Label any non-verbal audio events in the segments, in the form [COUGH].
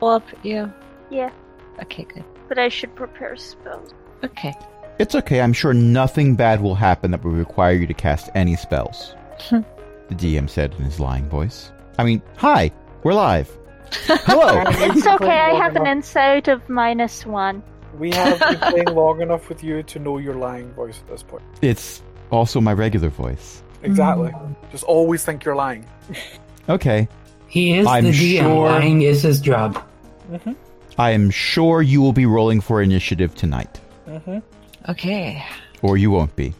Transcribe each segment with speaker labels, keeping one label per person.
Speaker 1: all up? Yeah.
Speaker 2: Yeah,
Speaker 1: Okay, good.
Speaker 2: but I should prepare spells.
Speaker 1: Okay.
Speaker 3: It's okay. I'm sure nothing bad will happen that would require you to cast any spells.
Speaker 1: Hmm.
Speaker 3: the DM said in his lying voice. I mean, hi, we're live. Hello.
Speaker 2: It's okay, I have an insight of minus one.
Speaker 4: We have been playing long enough with you to know your lying voice at this point.
Speaker 3: it's also my regular voice.
Speaker 4: Exactly. Just always think you're lying.
Speaker 3: Okay.
Speaker 5: He is
Speaker 3: I'm
Speaker 5: the DM.
Speaker 3: sure-
Speaker 5: Lying is his job.
Speaker 3: I am sure you will be rolling for initiative tonight,
Speaker 1: Okay.
Speaker 3: or you won't be.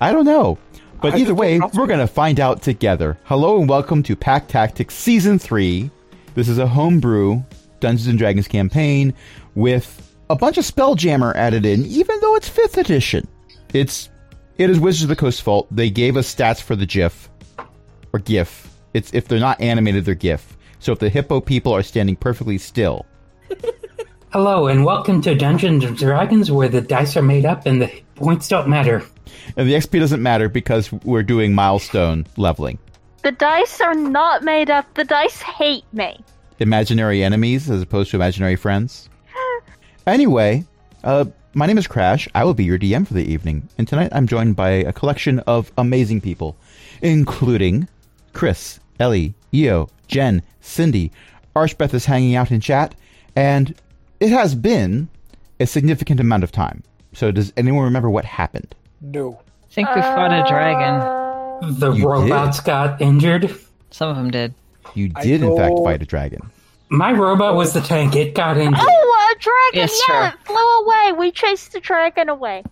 Speaker 3: I don't know. But
Speaker 4: I
Speaker 3: either
Speaker 4: just
Speaker 3: way,
Speaker 4: don't know.
Speaker 3: we're going to find out together. Hello and welcome to Pack Tactics Season 3. This is a homebrew Dungeons and Dragons campaign with a bunch of Spelljammer added in, even though it's 5th edition. It's it is Wizards of the Coast fault. They gave us stats for the GIF or GIF. It's if they're not animated, they're GIF. So if the hippo people are standing perfectly still,
Speaker 5: Hello, and welcome to Dungeons and Dragons, where the dice are made up and the points don't matter.
Speaker 3: and the XP doesn't matter because we're doing milestone leveling.
Speaker 2: The dice are not made up, the dice hate me.
Speaker 3: imaginary enemies as opposed to imaginary friends. anyway, uh, my name is Crash. I will be your DM for the evening, and tonight I'm joined by a collection of amazing people, including Chris, Ellie, Io, Jen, Cindy. Archbeth is hanging out in chat, and it has been a significant amount of time. So, does anyone remember what happened?
Speaker 4: No.
Speaker 1: I think we fought a dragon.
Speaker 2: Uh,
Speaker 5: The
Speaker 3: You
Speaker 5: robots got injured.
Speaker 1: Some of them did.
Speaker 3: You
Speaker 4: I
Speaker 3: did, in fact,
Speaker 4: know-
Speaker 3: fight a dragon.
Speaker 5: My robot was the tank. It got injured.
Speaker 2: Oh, a dragon!
Speaker 1: Yes,
Speaker 2: yeah,
Speaker 1: sir.
Speaker 2: it flew away! We chased the dragon away.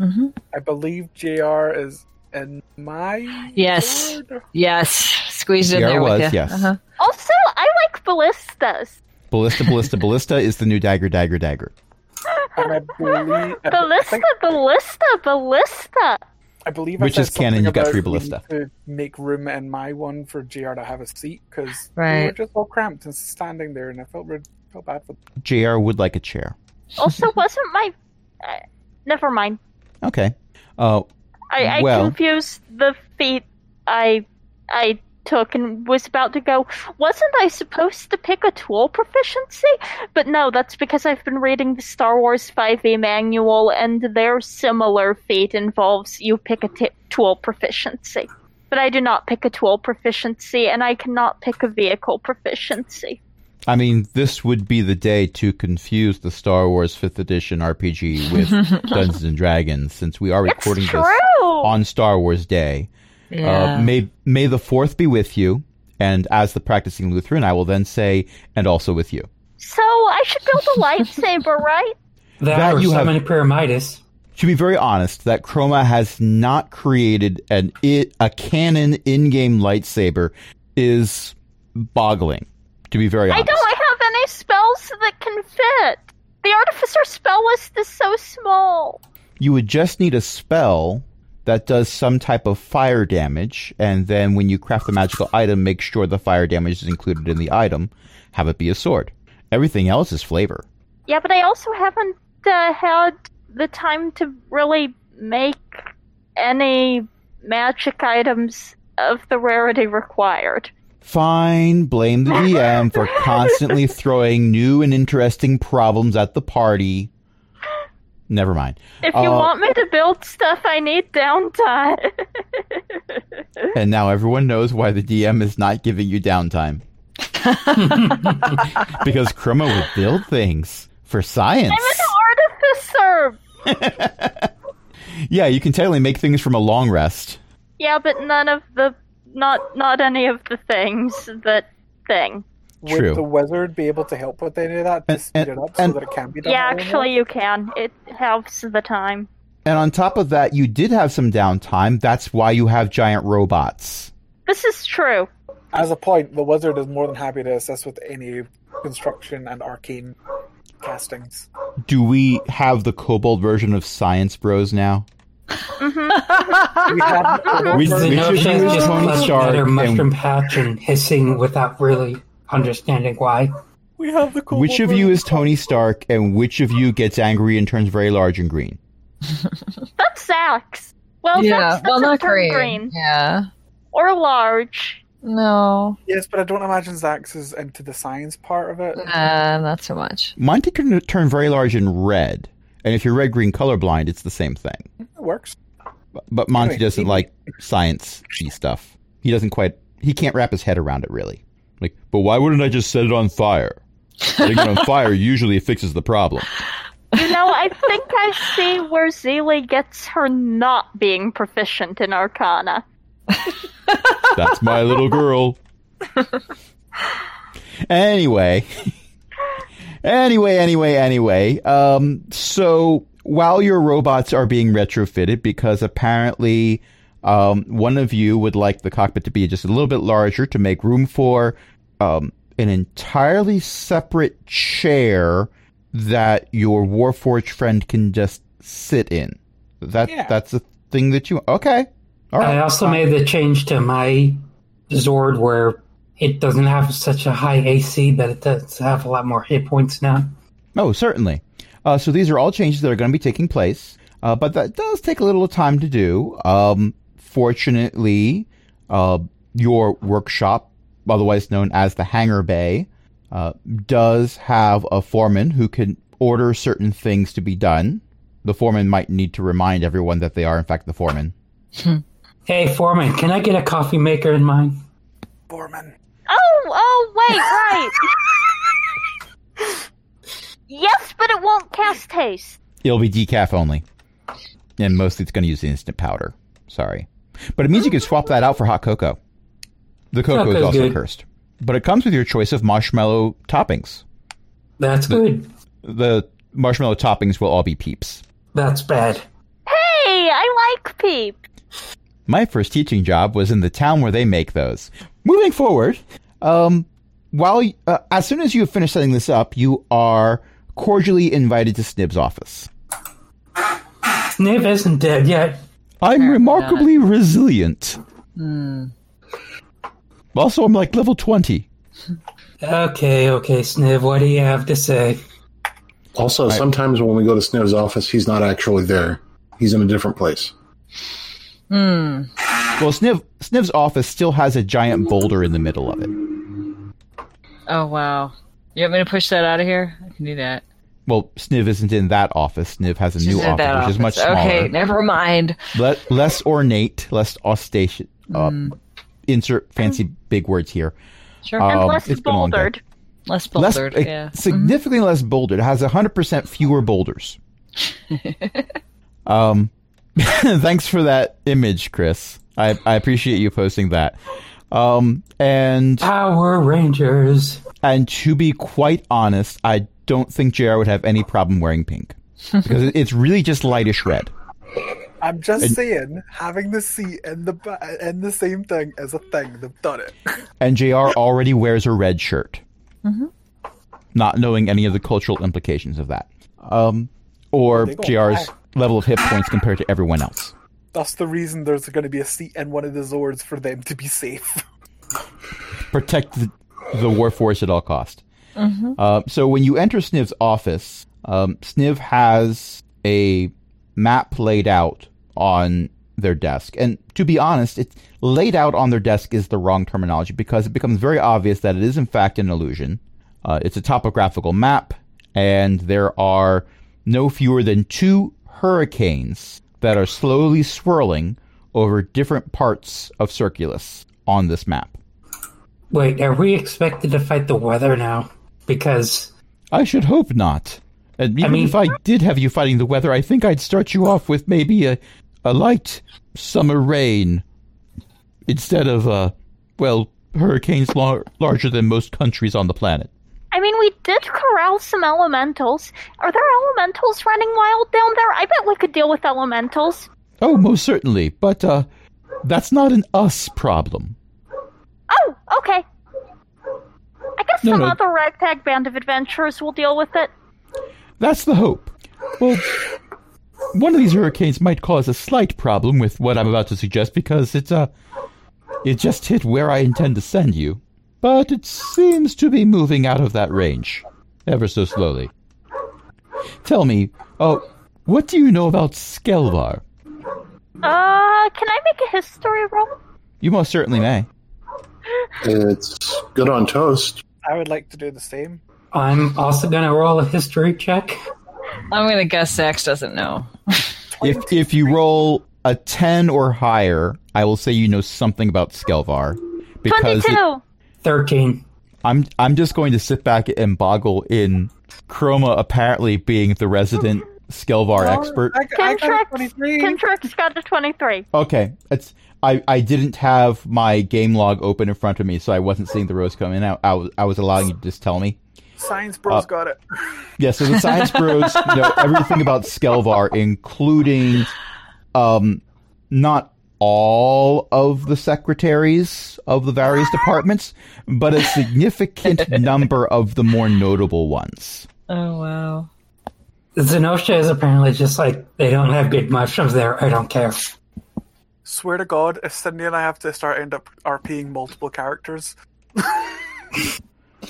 Speaker 1: Mm-hmm.
Speaker 4: I believe JR is in my.
Speaker 1: Yes.
Speaker 4: ward?
Speaker 1: Yes. Squeezed in
Speaker 3: There
Speaker 1: there
Speaker 3: was,
Speaker 1: with you.
Speaker 3: yes. Uh,
Speaker 1: Uh-huh.
Speaker 2: Also, I like ballistas.
Speaker 3: Ballista, ballista, ballista is the new dagger, dagger, dagger.
Speaker 4: And I believe. I be- I
Speaker 2: Ballista,
Speaker 4: think-
Speaker 2: ballista, ballista!
Speaker 4: I believe
Speaker 3: Which
Speaker 4: I
Speaker 3: is
Speaker 4: said
Speaker 3: canon,
Speaker 4: something
Speaker 3: you got
Speaker 4: about
Speaker 3: three
Speaker 4: we need
Speaker 3: ballista.
Speaker 4: To make room in my one for JR to have a seat because we were
Speaker 1: Right.
Speaker 4: just all cramped and standing there, and I felt re- felt bad for.
Speaker 3: JR would like a chair.
Speaker 1: [LAUGHS]
Speaker 2: Also, wasn't my. Uh, never mind.
Speaker 3: Okay. Uh,
Speaker 2: I, I
Speaker 3: Well-
Speaker 2: confused the feat I I took and was about to go. Wasn't I supposed to pick a tool proficiency? But no, that's because I've been reading the Star Wars 5e manual, and their similar feat involves you pick a t- tool proficiency. But I do not pick a tool proficiency, and I cannot pick a vehicle proficiency.
Speaker 3: I mean, this would be the day to confuse the Star Wars 5th edition
Speaker 2: [LAUGHS]
Speaker 3: RPG with Dungeons and Dragons, since we are recording
Speaker 2: it's true.
Speaker 3: this on Star Wars Day.
Speaker 1: Yeah.
Speaker 3: Uh, may May the Fourth be with you, and as the practicing Lutheran, I will then say, and also with you.
Speaker 2: so I should build
Speaker 3: [LAUGHS]
Speaker 2: a lightsaber, right?
Speaker 5: That,
Speaker 3: That
Speaker 5: or
Speaker 3: you
Speaker 5: so
Speaker 3: have-
Speaker 5: many pyramidas.
Speaker 3: To be very honest, that Chroma has not created an it, a canon in-game lightsaber is boggling. To be very
Speaker 2: I
Speaker 3: honest,
Speaker 2: don't have any spells that can fit. The artificer spell list is so small.
Speaker 3: you would just need a spell that does some type of fire damage, and then when you craft the magical item, make sure the fire damage is included in the item. Have it be a sword. Everything else is flavor.
Speaker 2: Yeah, but I also haven't uh, had the time to really make any magic items of the rarity required.
Speaker 3: Fine, blame the DM for constantly throwing new and interesting problems at the party. Never mind.
Speaker 2: If you
Speaker 3: Uh,
Speaker 2: want me to build stuff, I need downtime. [LAUGHS]
Speaker 3: And now everyone knows why the DM is not giving you downtime. [LAUGHS] because Chroma would build things for science.
Speaker 2: artificer!
Speaker 3: Yeah, you can technically make things from a long rest.
Speaker 2: Yeah, but none of the. Not, not any of the things that thing.
Speaker 4: Would
Speaker 3: True.
Speaker 4: the wizard be able to help with any of that to
Speaker 3: And-
Speaker 4: speed
Speaker 3: and-
Speaker 4: it up
Speaker 3: and-
Speaker 4: so that it can be done?
Speaker 2: Yeah,
Speaker 4: earlier?
Speaker 2: actually, you can. It helps the time.
Speaker 3: And on top of that, you did have some downtime. That's why you have giant robots.
Speaker 2: This is true.
Speaker 4: As a point, the wizard is more than happy to assist with any construction and arcane castings.
Speaker 3: Do we have the kobold version of Science Bros now?
Speaker 4: We had
Speaker 3: We- we
Speaker 5: The
Speaker 3: should
Speaker 5: notion
Speaker 3: use
Speaker 5: is just
Speaker 3: Tony
Speaker 5: clutching
Speaker 3: Stark
Speaker 5: at her
Speaker 3: and-
Speaker 5: mushroom pouch and hissing without really understanding why.
Speaker 4: [LAUGHS] We have the cool.
Speaker 3: Which of you is Tony Stark and which of you gets angry and turns very large and green?
Speaker 2: That's Zax. Well,
Speaker 1: yeah.
Speaker 2: Zax
Speaker 1: Well,
Speaker 2: doesn't
Speaker 1: not
Speaker 2: turn green.
Speaker 1: Yeah.
Speaker 2: Or large.
Speaker 1: No,
Speaker 4: Yes, but I don't imagine Zax is into the science part of it.
Speaker 1: nah, Uh, not so much.
Speaker 3: Monty can turn very large in red, and if you're red green colorblind, it's the same thing.
Speaker 4: It works.
Speaker 3: Bu- But Monty
Speaker 4: Anyway,
Speaker 3: doesn't
Speaker 4: he-
Speaker 3: like science stuff. He doesn't quite. He can't wrap his head around it really. Like, but why wouldn't I just set it on fire? Setting it on fire usually fixes the problem.
Speaker 2: You know, I think I see where Zelie gets her not being proficient in Arcana.
Speaker 3: That's my little girl. anyway. anyway, anyway, anyway. Um, so while your robots are being retrofitted, because apparently um, one of you would like the cockpit to be just a little bit larger to make room for um, an entirely separate chair that your Warforged friend can just sit in. That
Speaker 4: Yeah.
Speaker 3: that's the thing that you okay. All right.
Speaker 5: I also made the change to my Zord where it doesn't have such a high AC, but it does have a lot more hit points now.
Speaker 3: Oh, certainly. Uh, so these are all changes that are going to be taking place, uh, but that does take a little time to do. Um, fortunately, uh, your workshop, otherwise known as the hangar bay, uh, does have a foreman who can order certain things to be done. The foreman might need to remind everyone that they are, in fact, the foreman.
Speaker 5: Hey, Foreman, can I get a coffee maker in mine?
Speaker 4: Foreman.
Speaker 2: Oh, oh, wait, right. yes, but it won't cast haste.
Speaker 3: It'll be decaf only, and mostly it's going to use the instant powder. Sorry, but it means you can swap that out for hot cocoa. The cocoa is
Speaker 5: Cocoa's
Speaker 3: also
Speaker 5: good.
Speaker 3: cursed, but it comes with your choice of marshmallow toppings.
Speaker 5: That's good.
Speaker 3: The marshmallow toppings will all be peeps.
Speaker 5: That's bad.
Speaker 2: Hey, I like Peep.
Speaker 3: My first teaching job was in the town where they make those. Moving forward, um, while y- uh, as soon as you finish setting this up, you are cordially invited to Snib's office.
Speaker 5: Sniv isn't dead yet.
Speaker 3: I'm
Speaker 1: Apparently not.
Speaker 3: remarkably resilient.
Speaker 1: Hmm.
Speaker 3: Also, I'm like level twenty.
Speaker 5: Okay, okay, Sniv, what do you have to say?
Speaker 6: Also, sometimes when we go to Sniv's office, he's not actually there. He's in a different place.
Speaker 3: Well, Sniv, Sniv's office still has a giant boulder in the middle of it.
Speaker 1: Oh wow. You want me to push that out of here? I can do that.
Speaker 3: Well, Sniv isn't in that office. Sniv has a
Speaker 1: She's
Speaker 3: new
Speaker 1: in
Speaker 3: office,
Speaker 1: that
Speaker 3: which is much
Speaker 1: office.
Speaker 3: smaller,
Speaker 1: Okay, never mind.
Speaker 3: Le- less ornate, less ostentatious. Uh,
Speaker 1: Hmm.
Speaker 3: Insert fancy big words here.
Speaker 1: Sure.
Speaker 3: Uh, Um,
Speaker 2: Unless
Speaker 3: it's been a long
Speaker 2: bouldered.
Speaker 1: less
Speaker 3: Less,
Speaker 1: bouldered.
Speaker 3: uh,
Speaker 1: yeah. Mm-hmm.
Speaker 3: significantly less bouldered. It has hundred percent
Speaker 1: [LAUGHS]
Speaker 3: fewer boulders. um, [LAUGHS] thanks for that image, Chris. I, I appreciate you posting that. Um, and
Speaker 5: Power Rangers.
Speaker 3: And to be quite honest, I don't think JR would have any problem wearing pink
Speaker 1: [LAUGHS]
Speaker 3: because it- it's really just lightish red.
Speaker 4: I'm just
Speaker 3: And-
Speaker 4: saying, having the seat in the ba- in the same thing is a thing. They've done it. [LAUGHS]
Speaker 3: And JR already wears a red shirt,
Speaker 1: Mm-hmm.
Speaker 3: not knowing any of the cultural implications of that, um, or
Speaker 4: They go
Speaker 3: JR's
Speaker 4: black.
Speaker 3: level of hit points compared to everyone else.
Speaker 4: That's the reason there's going to be a seat in one of the Zords for them to be safe. [LAUGHS]
Speaker 3: protect the, the war force at all cost. Uh, so when you enter Sniv's office, um, Sniv has a map laid out on their desk. And to be honest, it's laid out on their desk is the wrong terminology because it becomes very obvious that it is in fact an illusion. Uh, it's a topographical map, and there are no fewer than two hurricanes that are slowly swirling over different parts of Circulus on this map.
Speaker 5: Wait, are we expected to fight the weather now? Because
Speaker 3: I should hope not. And even
Speaker 5: mean-
Speaker 3: if I did have you fighting the weather, I think I'd start you off with maybe a, a light summer rain instead of, uh, well, hurricanes lar- larger than most countries on the planet.
Speaker 2: I mean, we did corral some elementals. Are there elementals running wild down there? I bet we could deal with elementals.
Speaker 3: Oh, most certainly. But uh, that's not an us problem.
Speaker 2: Oh, okay. I guess
Speaker 3: No,
Speaker 2: some
Speaker 3: no.
Speaker 2: other ragtag band of adventurers will deal with it.
Speaker 3: That's the hope. Well, one of these hurricanes might cause a slight problem with what I'm about to suggest because it, uh, it just hit where I intend to send you. But it seems to be moving out of that range, ever so slowly. Tell me, oh, what do you know about Skelvar?
Speaker 2: Uh, can I make a history roll?
Speaker 3: You most certainly may.
Speaker 6: It's good on toast.
Speaker 4: I would like to do the same.
Speaker 5: I'm also gonna roll a history check.
Speaker 1: I'm gonna guess Zax doesn't know.
Speaker 3: If if you roll a ten or higher, I will say you know something about Skelvar because it-
Speaker 2: 22!
Speaker 5: Thirteen.
Speaker 3: I'm I'm just going to sit back and boggle in Chroma apparently being the resident Skelvar expert.
Speaker 4: Oh, I, I got a
Speaker 2: Contracts.
Speaker 4: 23.
Speaker 2: Kendrick's got a 23.
Speaker 3: Okay, it's I, I didn't have my game log open in front of me, so I wasn't seeing the rows come in. I, I, was, I was allowing you to just tell me.
Speaker 4: Science bros
Speaker 3: Uh,
Speaker 4: got it.
Speaker 3: Yeah, so the science bros know everything about Skelvar, including um, not all of the secretaries of the various departments, but a significant number of the more notable ones.
Speaker 1: Oh wow.
Speaker 5: Zenosha is apparently just like they don't have good mushrooms there. I don't care.
Speaker 4: Swear to God, if Cindy and I have to start end up RPing multiple characters,
Speaker 3: Well, [LAUGHS]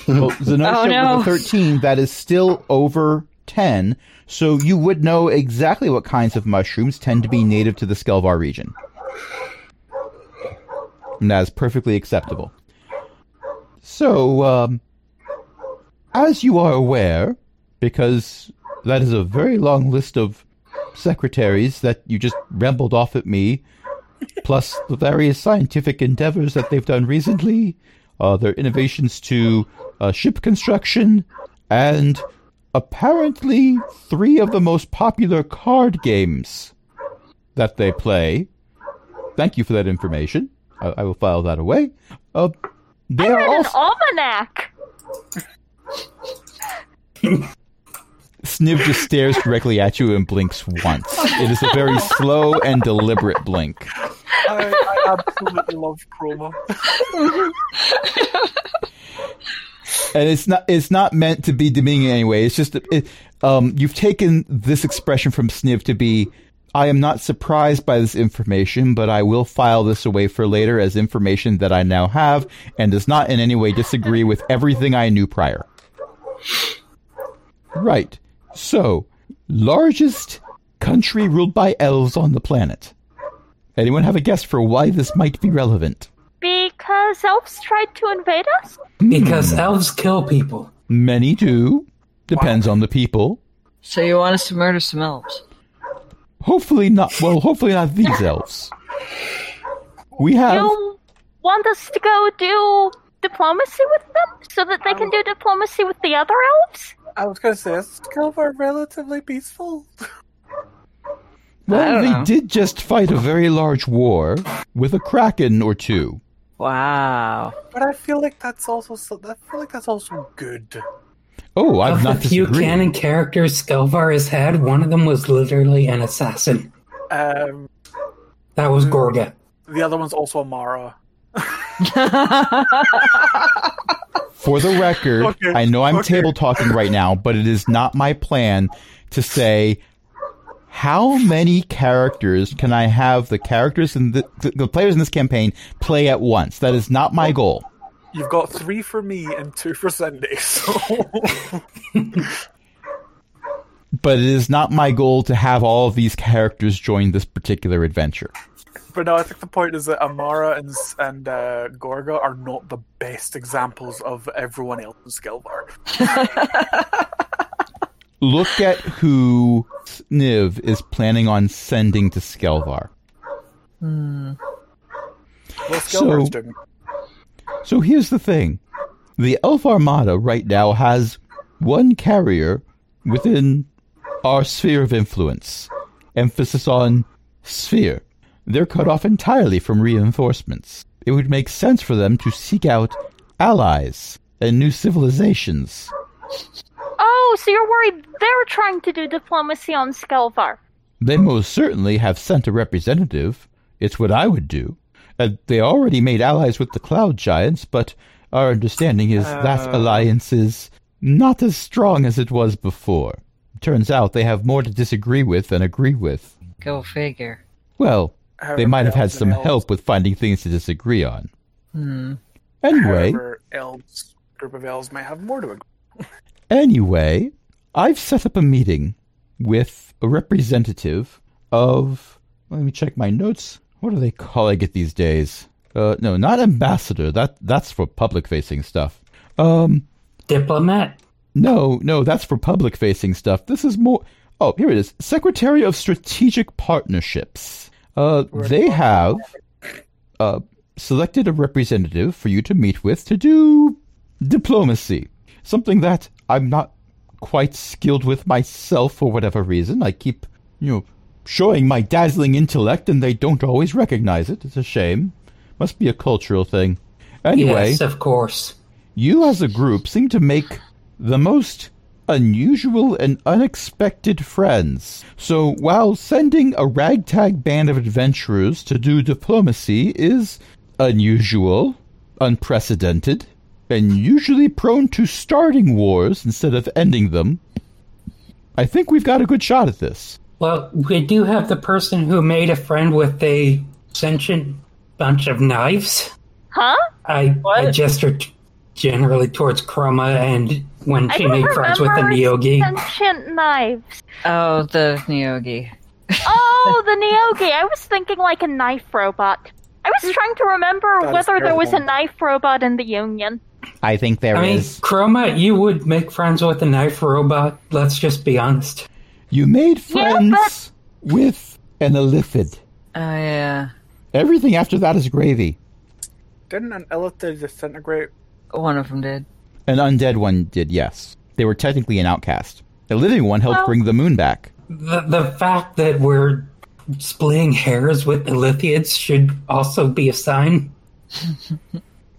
Speaker 3: Zenosha
Speaker 1: Oh, no.
Speaker 3: with a 13, that is still over 10, so you would know exactly what kinds of mushrooms tend to be native to the Skelvar region. And that is perfectly acceptable. So, um, as you are aware, because that is a very long list of secretaries that you just rambled off at me, plus the various scientific endeavors that they've done recently, uh, their innovations to uh, ship construction, and apparently three of the most popular card games that they play. Thank you for that information. I, I will file that away. Uh, they
Speaker 2: I
Speaker 3: are
Speaker 2: read an
Speaker 3: also
Speaker 2: almanac!
Speaker 3: Sniv just stares directly at you and blinks once. It is a
Speaker 2: [LAUGHS]
Speaker 3: very slow and deliberate blink.
Speaker 4: [LAUGHS] I, I absolutely love Chroma.
Speaker 3: and it's not it's not meant to be demeaning in any way. It's just it, um, you've taken this expression from Sniv to be. I am not surprised by this information, but I will file this away for later as information that I now have and does not in any way disagree with everything I knew prior. Right. So, largest country ruled by elves on the planet. Anyone have a guess for why this might be relevant?
Speaker 2: Because elves tried to invade us?
Speaker 3: Hmm.
Speaker 5: Because elves kill people.
Speaker 3: Many do. Depends on the people.
Speaker 1: So you want us to murder some elves?
Speaker 3: Hopefully not. Well, hopefully
Speaker 1: [LAUGHS]
Speaker 3: not these elves. We have.
Speaker 2: You want us to go do diplomacy with them? So that they can do diplomacy with the other elves?
Speaker 4: I was gonna say, is Skelvar relatively peaceful?
Speaker 1: I
Speaker 3: well,
Speaker 1: don't
Speaker 3: they
Speaker 1: know.
Speaker 3: did just fight a very large war with a kraken or two.
Speaker 1: Wow.
Speaker 4: But I feel like that's also so, I feel like that's also good.
Speaker 3: Oh, I've
Speaker 5: of
Speaker 3: not
Speaker 5: the few
Speaker 3: disagreed.
Speaker 5: canon characters Skelvar has had, one of them was literally an assassin.
Speaker 4: Um,
Speaker 5: That
Speaker 3: Hmm.
Speaker 5: was Gorga.
Speaker 4: the other one's also Amara.
Speaker 3: For the record,
Speaker 4: Okay,
Speaker 3: I know I'm
Speaker 4: okay.
Speaker 3: table talking right now, but it is not my plan to say how many characters can I have the characters and the, the, the players in this campaign play at once. That is not my goal.
Speaker 4: You've got three for me and two for Cindy. [LAUGHS] So
Speaker 3: But it is not my goal to have all of these characters join this particular adventure.
Speaker 4: But no, I think the point is that Amara and and uh, Gorga are not the best examples of everyone else in Skelvar.
Speaker 3: look at who Sniv is planning on sending to Skelvar.
Speaker 4: Well, Skelvar's
Speaker 3: So-
Speaker 4: doing.
Speaker 3: So here's the thing. The Elf Armada right now has one carrier within our sphere of influence. Emphasis on sphere. They're cut off entirely from reinforcements. It would make sense for them to seek out allies and new civilizations.
Speaker 2: Oh, so you're worried they're trying to do diplomacy on Skelvar.
Speaker 3: They most certainly have sent a representative. It's what I would do. Uh, they already made allies with the Cloud Giants, but our understanding is that alliance is not as strong as it was before. Turns out they have more to disagree with than agree with.
Speaker 1: Go figure.
Speaker 3: Well, they
Speaker 4: However,
Speaker 3: might have had
Speaker 4: elves and
Speaker 3: some
Speaker 4: elves-
Speaker 3: help with finding things to disagree on.
Speaker 1: Hmm.
Speaker 3: Anyway,
Speaker 4: However, elves group of elves might have more to agree.
Speaker 3: Anyway, I've set up a meeting with a representative of. Let me check my notes. What are they calling it these days? Uh, no, not ambassador. That that's for public facing stuff. Um,
Speaker 5: Diplomat.
Speaker 3: no, no, that's for public facing stuff. This is more. Oh, here it is. Secretary of Strategic Partnerships. Uh, they have uh, selected a representative for you to meet with to do diplomacy. Something that I'm not quite skilled with myself for whatever reason. I keep, you know, showing my dazzling intellect and they don't always recognize it. It's a shame. Must be a cultural thing. Anyway,
Speaker 5: Yes, of course.
Speaker 3: you as a group seem to make the most unusual and unexpected friends. So while sending a ragtag band of adventurers to do diplomacy is unusual, unprecedented, and usually prone to starting wars instead of ending them, I think we've got a good shot at this.
Speaker 5: Well, we do have the person who made a friend with a sentient bunch of knives.
Speaker 2: Huh?
Speaker 5: I, I
Speaker 1: What?
Speaker 5: gestured generally towards Chroma, and when
Speaker 2: I
Speaker 5: she
Speaker 2: don't
Speaker 5: made friends with the
Speaker 2: remember
Speaker 5: Neogi,
Speaker 2: Sentient knives.
Speaker 1: Oh, the Neogi.
Speaker 2: Oh, the Neogi. I was thinking like a knife robot. I was trying to remember
Speaker 4: That is
Speaker 2: whether there was a
Speaker 4: terrible.
Speaker 2: knife robot in the Union.
Speaker 3: I think there
Speaker 5: I
Speaker 3: is.
Speaker 5: mean, Chroma, you would make friends with a knife robot. Let's just be honest.
Speaker 3: You made
Speaker 2: Yeah,
Speaker 3: friends with an Elithid.
Speaker 1: Oh yeah,
Speaker 3: Everything after that is gravy.
Speaker 4: Didn't an Illithid disintegrate?
Speaker 1: one of them did.
Speaker 3: An undead one did, yes. They were technically an outcast. The living one helped
Speaker 2: Well-
Speaker 3: bring the moon back.
Speaker 5: The, the fact that we're splitting hairs with the Lithiads should also be a sign.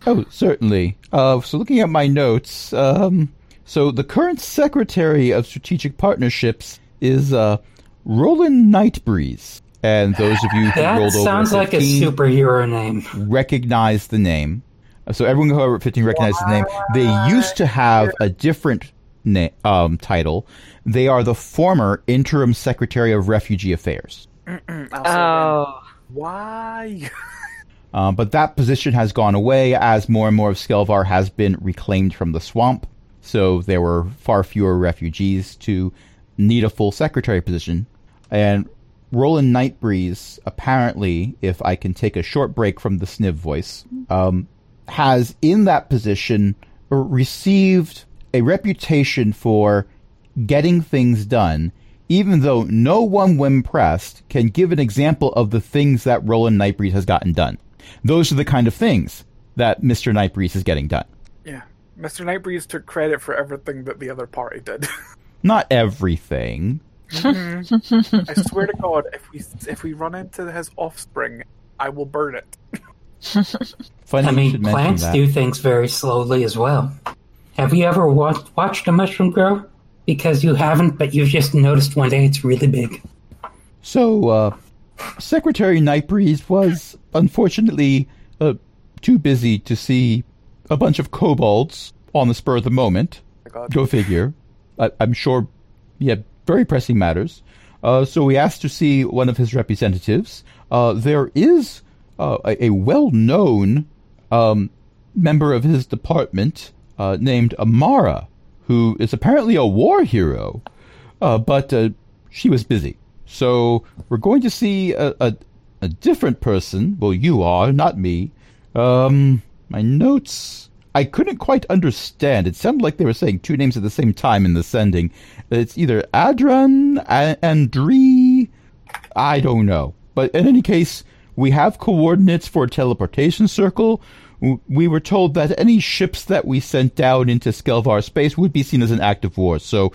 Speaker 3: Oh, certainly. Uh, so looking at my notes, um, so the current secretary of strategic partnerships is uh, Roland Nightbreeze, and those of you who
Speaker 5: That
Speaker 3: rolled
Speaker 5: sounds
Speaker 3: over
Speaker 5: like a
Speaker 3: 15
Speaker 5: superhero name.
Speaker 3: recognize the name. Uh, So everyone who over 15 recognizes the name. They used to have a different na- um, title. They are the former interim secretary of refugee affairs.
Speaker 4: Mm, absolutely.
Speaker 1: Oh,
Speaker 4: Why? [LAUGHS]
Speaker 3: Um, but that position has gone away as more and more of Skelvar has been reclaimed from the swamp. So there were far fewer refugees to need a full secretary position. And Roland Nightbreeze, apparently, if I can take a short break from the sniv voice, um, has in that position received a reputation for getting things done, even though no one, when pressed, can give an example of the things that Roland Nightbreeze has gotten done. Those are the kind of things that Mr. Nightbreeze is getting done.
Speaker 4: yeah. Mr. Nightbreeze took credit for everything that the other party did. [LAUGHS]
Speaker 3: Not everything.
Speaker 4: I swear to God, if we if we run into his offspring, I will burn it.
Speaker 3: Funny
Speaker 5: I
Speaker 3: you
Speaker 5: mean,
Speaker 3: should mention
Speaker 5: plants
Speaker 3: that.
Speaker 5: do things very slowly as well. Have you ever wa- watched a mushroom grow? Because you haven't, but you've just noticed one day it's really big.
Speaker 3: So, uh, Secretary Nightbreeze was unfortunately uh, too busy to see a bunch of kobolds on the spur of the moment.
Speaker 4: Oh my
Speaker 3: [LAUGHS]
Speaker 4: God.
Speaker 3: Go figure. I, I'm sure he had very pressing matters. Uh, so we asked to see one of his representatives. Uh, there is uh, a, a well known um, member of his department uh, named Amara, who is apparently a war hero, uh, but uh, she was busy. So we're going to see a, a, a different person. Well, you are, not me. Um, my notes. I couldn't quite understand. It sounded like they were saying two names at the same time in the sending. It's either Adran, A- Andri. I don't know. But in any case, we have coordinates for a teleportation circle. W- We were told that any ships that we sent down into Skelvar space would be seen as an act of war. So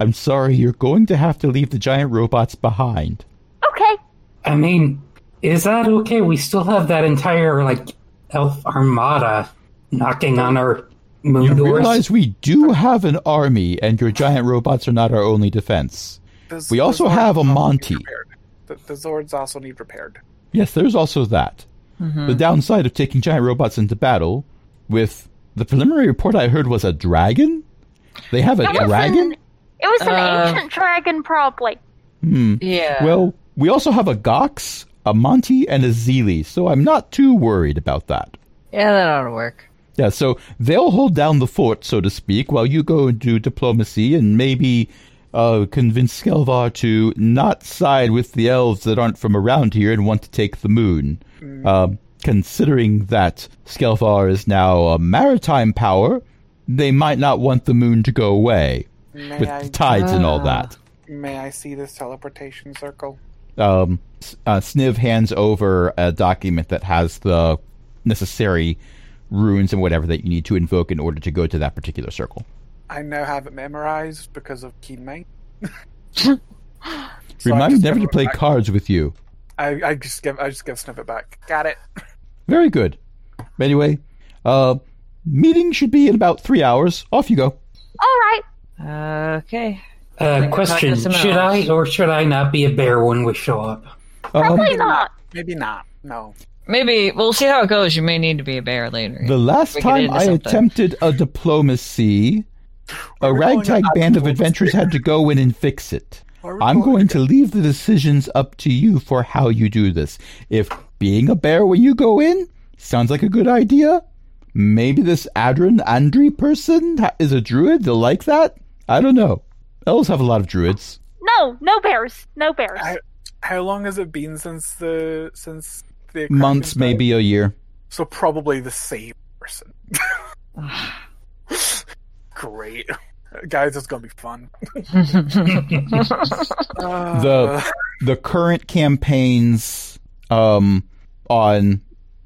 Speaker 3: I'm sorry, you're going to have to leave the giant robots behind.
Speaker 2: Okay.
Speaker 5: I mean, is that okay? We still have that entire, like, elf armada knocking on our moon
Speaker 3: You
Speaker 5: doors.
Speaker 3: realize we do have an army, and your giant robots are not our only defense.
Speaker 4: Does-
Speaker 3: We
Speaker 4: does
Speaker 3: also
Speaker 4: Zords
Speaker 3: have a
Speaker 4: also need
Speaker 3: Monty.
Speaker 4: repaired? The, the Zords also need repaired.
Speaker 3: Yes, there's also that. The downside of taking giant robots into battle with the preliminary report I heard was a dragon? They have a
Speaker 2: It was
Speaker 3: dragon?
Speaker 2: An, it was an
Speaker 1: Uh,
Speaker 2: ancient dragon, probably.
Speaker 1: yeah.
Speaker 3: Hmm. Well, we also have a Gox, a Monty, and a Zeely, so I'm not too worried about that.
Speaker 1: yeah, that ought to work.
Speaker 3: Yeah, so they'll hold down the fort, so to speak, while you go and do diplomacy and maybe uh, convince Skelvar to not side with the elves that aren't from around here and want to take the moon. Um, Considering that Skelfar is now a maritime power, they might not want the moon to go away
Speaker 4: May
Speaker 3: with
Speaker 4: I
Speaker 3: the tides and all
Speaker 1: Ah.
Speaker 3: that.
Speaker 4: may I see this teleportation circle?
Speaker 3: Um, S- uh, Sniv hands over a document that has the necessary runes and whatever that you need to invoke in order to go to that particular circle.
Speaker 4: I now have it memorized because of Keen [LAUGHS] Mate.
Speaker 3: Remind me never to play cards with you.
Speaker 4: I, I just give I just give Snippet back. Got it.
Speaker 3: Very good. Anyway, uh, meeting should be in about three hours. Off you go.
Speaker 2: All right.
Speaker 1: Okay.
Speaker 5: Uh, question:
Speaker 1: practice
Speaker 5: Should
Speaker 1: amounts.
Speaker 5: I or should I not be a bear when we show up?
Speaker 3: Um,
Speaker 2: Why not?
Speaker 4: Maybe not. No.
Speaker 1: Maybe we'll see how it goes. You may need to be a bear later.
Speaker 3: the last
Speaker 1: We get
Speaker 3: time
Speaker 1: into
Speaker 3: I
Speaker 1: something.
Speaker 3: attempted a diplomacy, a
Speaker 4: We're going
Speaker 3: ragtag
Speaker 4: on
Speaker 3: band of
Speaker 4: diplomacy.
Speaker 3: adventurers had to go in and fix it.
Speaker 4: Are we
Speaker 3: I'm going to leave the decisions up to you for how you do this. If being a bear when you go in sounds like a good idea, maybe this Adrin Andri person ha- is a druid. They'll like that. I don't know. Elves have a lot of druids.
Speaker 2: No, no bears. No bears.
Speaker 4: I- How long has it been since the since the crafting
Speaker 3: Months,
Speaker 4: started?
Speaker 3: maybe a year.
Speaker 4: So probably the same
Speaker 3: [SIGHS]
Speaker 4: person. Great. Guys, it's gonna be
Speaker 3: [LAUGHS]
Speaker 4: fun. Uh,
Speaker 3: The- the current campaigns um, on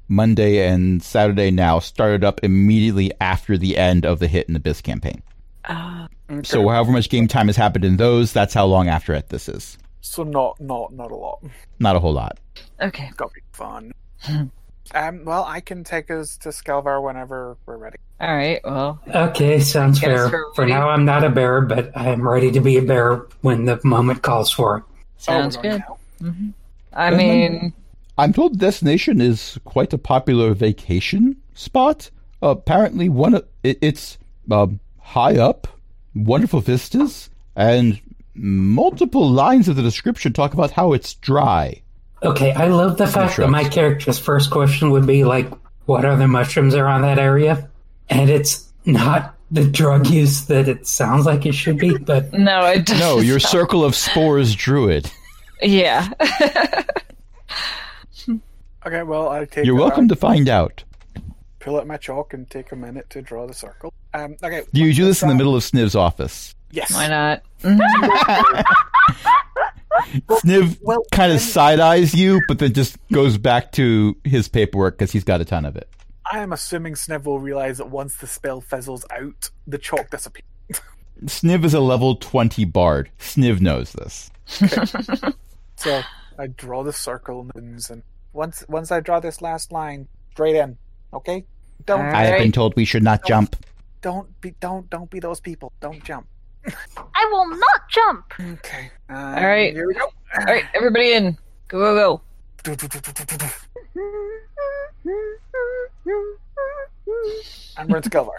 Speaker 3: Monday and Saturday now started up immediately after the end of the Hit and Abyss campaign.
Speaker 1: Uh,
Speaker 4: Okay.
Speaker 3: So however much game time has happened in those, that's how long after it this is.
Speaker 4: so not not not a lot.
Speaker 3: Not a whole lot.
Speaker 1: okay.
Speaker 4: It's gonna be
Speaker 3: [LAUGHS]
Speaker 4: fun. um well I can take us to Skelvar whenever we're ready.
Speaker 1: All right. Well,
Speaker 5: Okay, sounds
Speaker 1: Yes,
Speaker 5: fair.
Speaker 1: sir,
Speaker 5: For
Speaker 1: we-
Speaker 5: now, I'm not a bear, but I am ready to be a bear when the moment calls for it.
Speaker 1: sounds
Speaker 4: oh, we're going
Speaker 1: good.
Speaker 4: now.
Speaker 1: I
Speaker 3: Doesn't-
Speaker 1: mean,
Speaker 3: I'm told the destination is quite a popular vacation spot. Apparently, one of, it, it's um, high up, wonderful vistas, and multiple lines of the description talk about how it's dry.
Speaker 5: Okay, I love the fact that
Speaker 3: Mushrooms.
Speaker 5: my character's first question would be like, "What other mushrooms are on that area?" And it's not the drug use that it sounds like it should be, but
Speaker 1: no, it doesn't.
Speaker 3: [LAUGHS]
Speaker 1: [LAUGHS]
Speaker 3: No, your circle of spores druid.
Speaker 1: Yeah. [LAUGHS]
Speaker 4: Okay, well I take
Speaker 3: You're
Speaker 4: it
Speaker 3: welcome
Speaker 4: out,
Speaker 3: to find out.
Speaker 4: pull out my chalk and take a minute to draw the circle. Um okay.
Speaker 3: Do you do this in the middle of Sniv's office?
Speaker 4: Yes.
Speaker 1: Why not? Mhm.
Speaker 3: Sniv
Speaker 4: well,
Speaker 3: kind
Speaker 4: then-
Speaker 3: of side eyes you, but then just goes back to his paperwork because he's got a ton of it.
Speaker 4: I am assuming Sniv will realize that once the spell fizzles out, the chalk disappears.
Speaker 3: Sniv is a level 20 bard. Sniv knows this.
Speaker 4: So I draw the circle and moons, and once once I draw this last line, straight in. Okay, don't
Speaker 1: All
Speaker 3: I have
Speaker 1: right.
Speaker 3: been told we should not jump.
Speaker 4: don't be don't don't be those people. Don't jump.
Speaker 2: I will not jump.
Speaker 4: Okay. Uh,
Speaker 1: All right.
Speaker 4: Here we go.
Speaker 1: All right, everybody in. Go, go, go.
Speaker 4: And
Speaker 1: [LAUGHS]
Speaker 4: we're in Skelvar.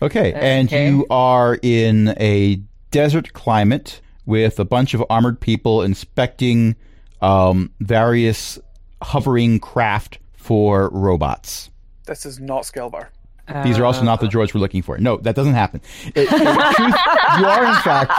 Speaker 3: Okay, and
Speaker 1: Okay.
Speaker 3: you are in a desert climate with a bunch of armored people inspecting um, various hovering craft for robots.
Speaker 4: This is not Skelvar.
Speaker 3: These are also not the droids we're looking for. No, that doesn't happen. It- in truth, you are in fact,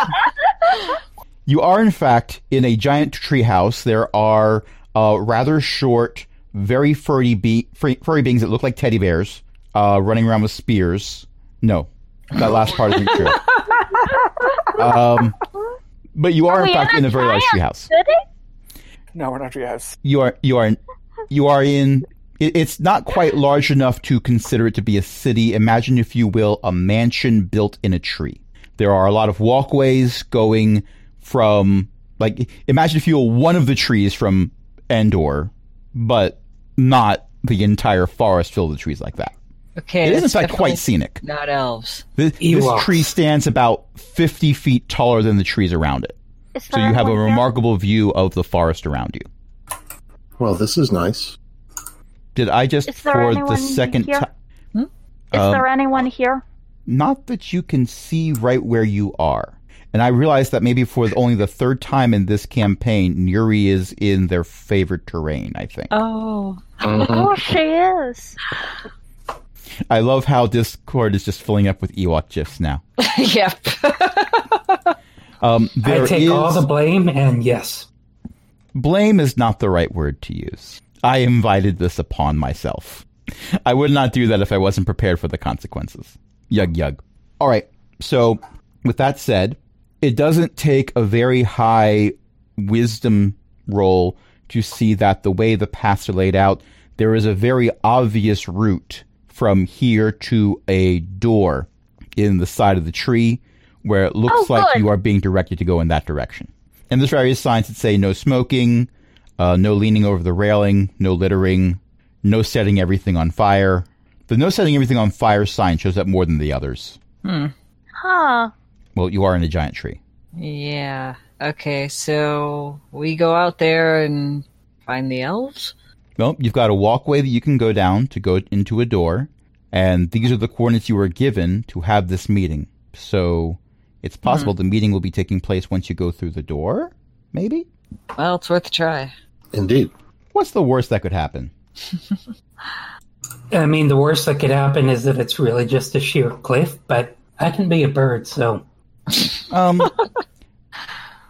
Speaker 3: you are in fact in a giant treehouse. There are uh, rather short, very furry, be- furry, furry beings that look like teddy bears uh, running around with spears. No, that last part isn't true. Um, but you are,
Speaker 2: we
Speaker 3: in fact
Speaker 2: in
Speaker 3: in
Speaker 2: a
Speaker 3: a very large
Speaker 2: giant
Speaker 3: treehouse.
Speaker 2: Did it?
Speaker 4: No, we're not Treehouse.
Speaker 3: You are you are you are in. It, it's not quite large enough to consider it to be a city. Imagine, if you will, a mansion built in a tree. There are a lot of walkways going from like imagine if you will one of the trees from Endor, but not the entire forest filled with trees like that.
Speaker 1: Okay.
Speaker 3: It is in
Speaker 1: that's
Speaker 3: fact quite
Speaker 1: definitely
Speaker 3: scenic.
Speaker 1: Not elves.
Speaker 3: This,
Speaker 5: Ewoks.
Speaker 3: this tree stands about fifty feet taller than the trees around it,
Speaker 2: Is
Speaker 3: so
Speaker 2: there
Speaker 3: you have a
Speaker 2: one there?
Speaker 3: remarkable view of the forest around you.
Speaker 6: Well, this is nice.
Speaker 3: Did I just
Speaker 2: Is there
Speaker 3: for the
Speaker 2: anyone
Speaker 3: second
Speaker 2: here?
Speaker 3: time?
Speaker 2: Is
Speaker 3: um,
Speaker 2: there anyone here?
Speaker 3: Not that you can see right where you are. And I realize that maybe for only the third time in this campaign, Nuri is in their favorite terrain, I think.
Speaker 5: Uh,
Speaker 1: Oh.
Speaker 6: Mhm.
Speaker 2: Oh, she is.
Speaker 3: I love how Discord is just filling up with Ewok GIFs now.
Speaker 1: [LAUGHS] yep.
Speaker 3: Um, there
Speaker 5: I take
Speaker 3: is-
Speaker 5: all the blame. And yes,
Speaker 3: blame is not the right word to use. I invited this upon myself. I would not do that if I wasn't prepared for the consequences. Yug, yug. All right. So, with that said, it doesn't take a very high wisdom roll to see that the way the paths are laid out, there is a very obvious route from here to a door in the side of the tree where it looks
Speaker 2: Oh,
Speaker 3: like
Speaker 2: good.
Speaker 3: you are being directed to go in that direction. And there's various signs that say no smoking, uh, no leaning over the railing, no littering, no setting everything on fire. The no setting everything on fire sign shows up more than the others.
Speaker 2: Huh.
Speaker 3: Well, you are in a giant tree.
Speaker 1: Yeah. Okay, so we go out there and find the elves?
Speaker 3: Well, you've got a walkway that you can go down to go into a door, and these are the coordinates you were given to have this meeting. So it's
Speaker 5: Mm-hmm.
Speaker 3: possible the meeting will be taking place once you go through the door, maybe?
Speaker 1: Well, it's worth a try.
Speaker 6: Indeed.
Speaker 3: What's the worst that could happen?
Speaker 5: I mean, the worst that could happen is that it's really just a sheer cliff, but I can be a bird, so [LAUGHS]
Speaker 3: Um,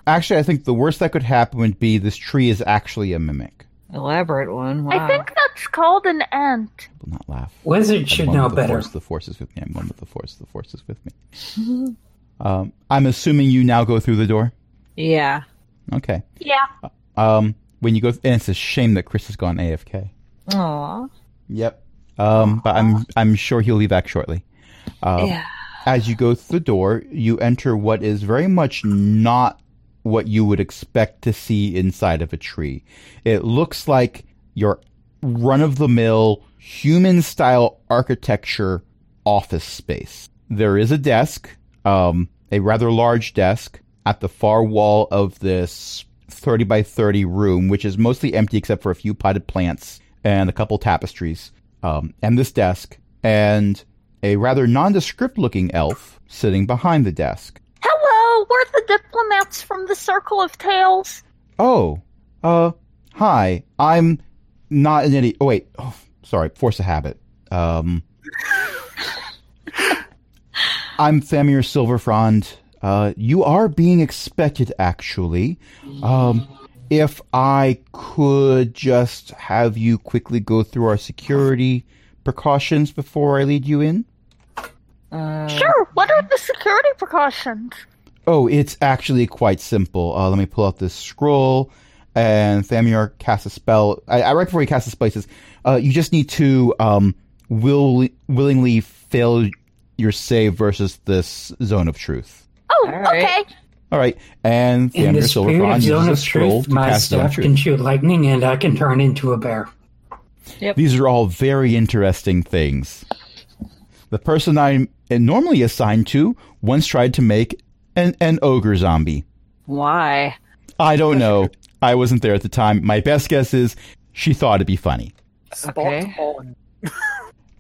Speaker 3: actually, I think the worst that could happen would be this tree is actually a mimic.
Speaker 1: Elaborate one. Wow.
Speaker 2: I think that's called an ant.
Speaker 3: I will not laugh.
Speaker 5: wizards
Speaker 3: I'm
Speaker 5: should
Speaker 3: one
Speaker 5: know
Speaker 3: with the
Speaker 5: better.
Speaker 3: Force, the force is with me. I'm one with the force. The force is with me.
Speaker 5: Mm-hmm.
Speaker 3: um, I'm assuming you now go through the door.
Speaker 1: Yeah.
Speaker 3: Okay.
Speaker 2: Yeah.
Speaker 3: Um, when you go, and it's a shame that Chris has gone AFK.
Speaker 1: Aw.
Speaker 3: Yep. Um, but I'm I'm sure he'll be back shortly. Um,
Speaker 1: yeah.
Speaker 3: As you go through the door, you enter what is very much not what you would expect to see inside of a tree. It looks like your run of the mill human style architecture office space. There is a desk, um, a rather large desk, at the far wall of this 30 by 30 room, which is mostly empty except for a few potted plants and a couple tapestries, um, and this desk, and a rather nondescript looking elf sitting behind the desk.
Speaker 2: Hello, we're the diplomats from the Circle of Tales.
Speaker 3: Oh, uh, hi. I'm not an idiot. Oh, wait. Oh, sorry. Force of habit. Um, [LAUGHS] I'm Famir Silverfrond. Uh, you are being expected, actually. Um, if I could just have you quickly go through our security precautions before I lead you in.
Speaker 1: Uh,
Speaker 2: Sure, what are the security precautions?
Speaker 3: Oh, it's actually quite simple. Uh, let me pull out this scroll, and Thamior casts a spell. I, I right before he casts the spell, he says, uh, "You just need to um, will willingly fail your save versus this zone of truth."
Speaker 2: Oh,
Speaker 1: All right.
Speaker 2: okay.
Speaker 3: All right, and
Speaker 5: In
Speaker 3: Thamior
Speaker 5: the spirit
Speaker 3: Silverfrond
Speaker 5: of
Speaker 3: uses
Speaker 5: Zone
Speaker 3: a
Speaker 5: of
Speaker 3: scroll
Speaker 5: Truth,
Speaker 3: to
Speaker 5: my
Speaker 3: cast zone of
Speaker 5: staff
Speaker 3: truth.
Speaker 5: can shoot lightning and I can turn into a bear.
Speaker 3: These are all very interesting things. The person I'm normally assigned to once tried to make an, an ogre zombie.
Speaker 1: why?
Speaker 3: I don't know. I wasn't there at the time. My best guess is she thought it'd be funny.
Speaker 4: Spot
Speaker 1: Okay.
Speaker 4: on.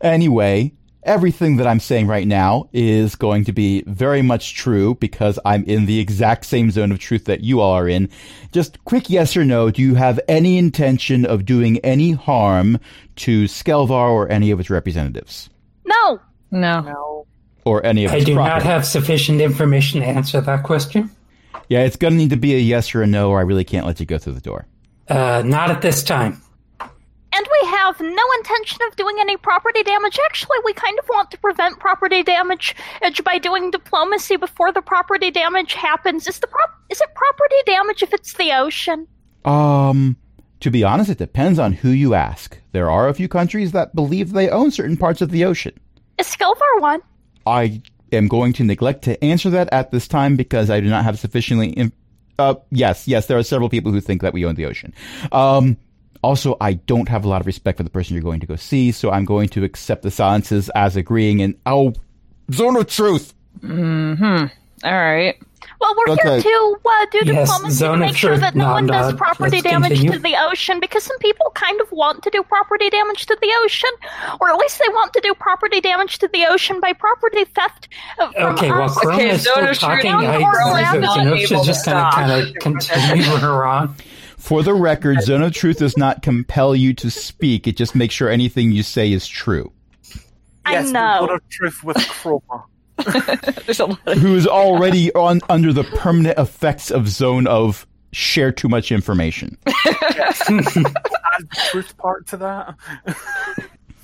Speaker 3: Anyway, everything that I'm saying right now is going to be very much true because I'm in the exact same zone of truth that you all are in. Just quick yes or no, do you have any intention of doing any harm to Skelvar or any of its representatives?
Speaker 2: No,
Speaker 1: No.
Speaker 3: Or any of
Speaker 5: I
Speaker 3: its
Speaker 5: do not
Speaker 3: property?
Speaker 5: have sufficient information to answer that question.
Speaker 3: yeah, it's going to need to be a yes or a no, or I really can't let you go through the door.
Speaker 5: Uh, not at this time.
Speaker 2: and we have no intention of doing any property damage. Actually, we kind of want to prevent property damage uh, by doing diplomacy before the property damage happens. Is the prop- is it property damage if it's the ocean?
Speaker 3: Um, to be honest, it depends on who you ask. There are a few countries that believe they own certain parts of the ocean.
Speaker 2: Is Skelvar one?
Speaker 3: I am going to neglect to answer that at this time because I do not have sufficiently. In- uh, yes, yes, there are several people who think that we own the ocean. Um, also, I don't have a lot of respect for the person you're going to go see, so I'm going to accept the silences as agreeing in oh, zone of truth.
Speaker 1: All right.
Speaker 2: Well, we're here
Speaker 3: Okay.
Speaker 2: to uh, do
Speaker 5: Yes,
Speaker 2: diplomacy to
Speaker 5: zone of
Speaker 2: make sure
Speaker 5: truth,
Speaker 2: that no one
Speaker 5: Nanda.
Speaker 2: does property
Speaker 5: Let's
Speaker 2: damage
Speaker 5: continue.
Speaker 2: to the ocean because some people kind of want to do property damage to the ocean, or at least they want to do property damage to the ocean by property theft. uh, from
Speaker 5: Okay, well,
Speaker 2: us.
Speaker 5: Chrome
Speaker 1: Okay,
Speaker 5: is
Speaker 1: Zone
Speaker 5: still
Speaker 1: of Truth,
Speaker 5: talking.
Speaker 2: Zone
Speaker 5: I
Speaker 2: of Truth,
Speaker 5: I-
Speaker 2: I'm
Speaker 5: so
Speaker 2: not
Speaker 5: Zenosha's
Speaker 1: able
Speaker 5: just
Speaker 1: to
Speaker 5: going to
Speaker 1: stop.
Speaker 5: kind of continue her on.
Speaker 3: For the record, zone of truth does not compel you to speak. It just makes sure anything you say is true.
Speaker 2: I
Speaker 4: Yes,
Speaker 2: know.
Speaker 4: the blood of truth
Speaker 2: [LAUGHS]
Speaker 4: with chroma.
Speaker 1: [LAUGHS] There's a lot of
Speaker 3: Who is already on under the permanent effects of zone of share too much information.
Speaker 4: add the truth part to that? [LAUGHS]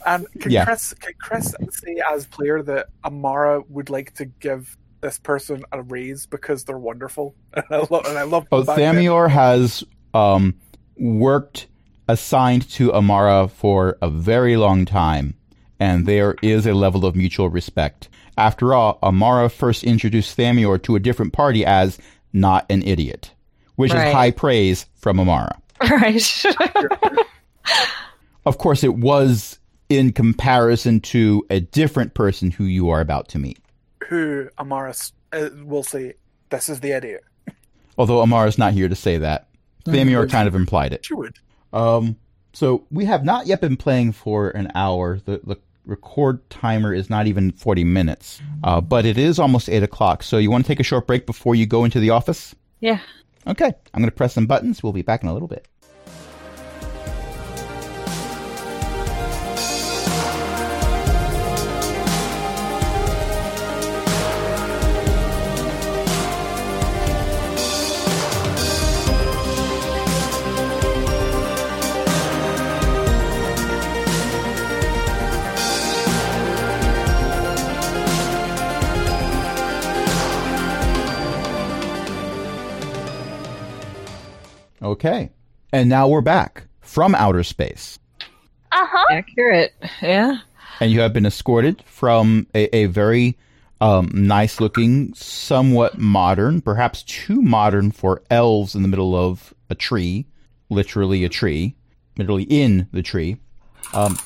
Speaker 4: and can
Speaker 3: Yeah.
Speaker 4: Chris can Chris say as player that Amara would like to give this person a raise because they're wonderful? [LAUGHS] And I love and I love
Speaker 3: Oh,
Speaker 4: the fact that-
Speaker 3: Thamior has um, worked assigned to Amara for a very long time, and there is a level of mutual respect. After all, Amara first introduced Thamior to a different party as not an idiot, which
Speaker 1: Right.
Speaker 3: is high praise from Amara.
Speaker 1: [LAUGHS] Right. [LAUGHS]
Speaker 3: Of course, it was in comparison to a different person who you are about to meet.
Speaker 4: who Amara s- uh, will say, "This is the idiot."
Speaker 3: Although Amara's not here to say that. Thamior kind of implied it.
Speaker 4: She would.
Speaker 3: Um, so we have not yet been playing for an hour. The, the record timer is not even 40 minutes, uh, but it is almost 8 o'clock. So you want to take a short break before you go into the office?
Speaker 1: yeah.
Speaker 3: Okay, I'm going to press some buttons. We'll be back in a little bit. Okay. And now we're back from outer space.
Speaker 2: Uh huh.
Speaker 1: Accurate. Yeah.
Speaker 3: And you have been escorted from a, a very um, nice looking, somewhat modern, perhaps too modern for elves in the middle of a tree, literally a tree, literally in the tree, um,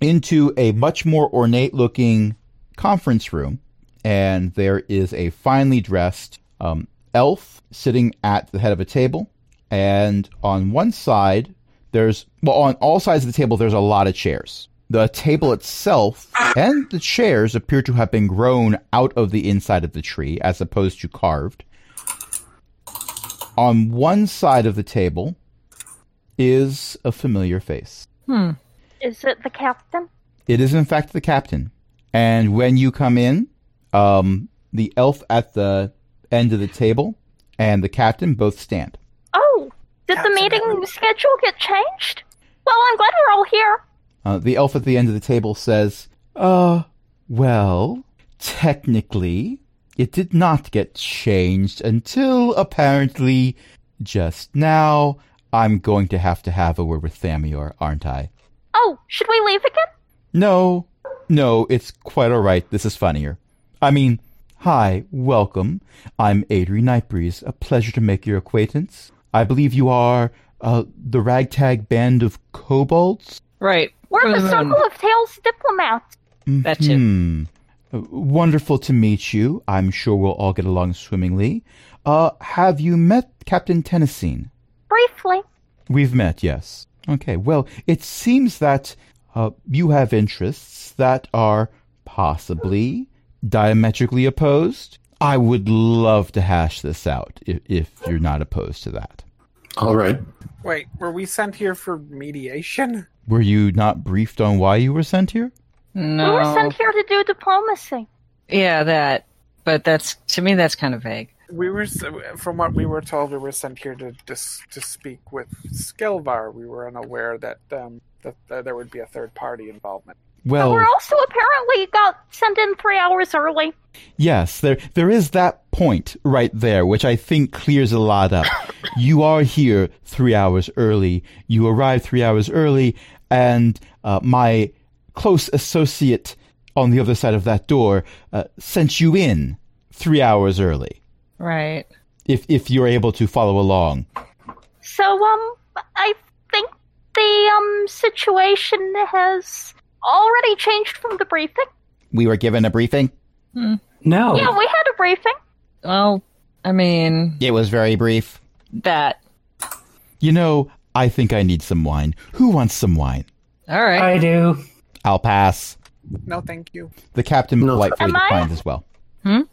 Speaker 3: into a much more ornate looking conference room. And there is a finely dressed um, elf sitting at the head of a table. And on one side, there's, well, on all sides of the table, there's a lot of chairs. The table itself and the chairs appear to have been grown out of the inside of the tree as opposed to carved. On one side of the table is a familiar face.
Speaker 1: Hmm.
Speaker 2: Is it the captain?
Speaker 3: It is, in fact, the captain. And when you come in, um, the elf at the end of the table and the captain both stand.
Speaker 2: Oh, did
Speaker 4: Captain
Speaker 2: the meeting
Speaker 4: Edward.
Speaker 2: schedule get changed? Well, I'm glad we're all here.
Speaker 3: Uh, the elf at the end of the table says, Uh, well, technically, it did not get changed until apparently just now. I'm going to have to have a word with Thamior, aren't I?
Speaker 2: Oh, should we leave again?
Speaker 3: No, no, it's quite all right. This is funnier. I mean, hi, welcome. I'm Adri Nightbreeze. A pleasure to make your acquaintance. I believe you are uh, the ragtag band of kobolds.
Speaker 1: Right.
Speaker 2: We're
Speaker 1: From
Speaker 2: the
Speaker 1: the moon.
Speaker 2: circle of Tails diplomats.
Speaker 1: That's it.
Speaker 3: Hmm. Wonderful to meet you. I'm sure we'll all get along swimmingly. Uh, have you met Captain Tennessine?
Speaker 2: Briefly.
Speaker 3: We've met, yes. Okay, well, it seems that uh, you have interests that are possibly diametrically opposed. I would love to hash this out if, if you're not opposed to that.
Speaker 6: All right.
Speaker 4: Wait, were we sent here for mediation?
Speaker 3: Were you not briefed on why you were sent here?
Speaker 2: We were
Speaker 1: No.
Speaker 2: sent here to do diplomacy.
Speaker 1: Yeah, that. But that's to me that's kind of vague.
Speaker 4: We were, s- from what we were told, we were sent here to dis- to speak with Skilvar. We were unaware that um, that uh, there would be a third party involvement.
Speaker 3: Well,
Speaker 2: But we're also apparently got sent in three hours early.
Speaker 3: Yes, there there is that point right there, which I think clears a lot up. you are here three hours early. You arrive three hours early, and uh, my close associate on the other side of that door uh, sent you in three hours early.
Speaker 1: Right.
Speaker 3: If if you're able to follow along,
Speaker 2: So, um, I think the, um, situation has already changed from the briefing.
Speaker 3: we were given a briefing.
Speaker 5: [LAUGHS] No.
Speaker 2: Yeah, we had a briefing.
Speaker 1: Well, I mean
Speaker 3: It was very brief.
Speaker 1: that.
Speaker 3: You know, I think I need some wine. Who wants some wine?
Speaker 1: All right.
Speaker 5: I do.
Speaker 3: I'll pass.
Speaker 4: No, thank you.
Speaker 3: The captain
Speaker 6: No.
Speaker 3: politely
Speaker 2: Am I-
Speaker 3: declined as well.
Speaker 2: Am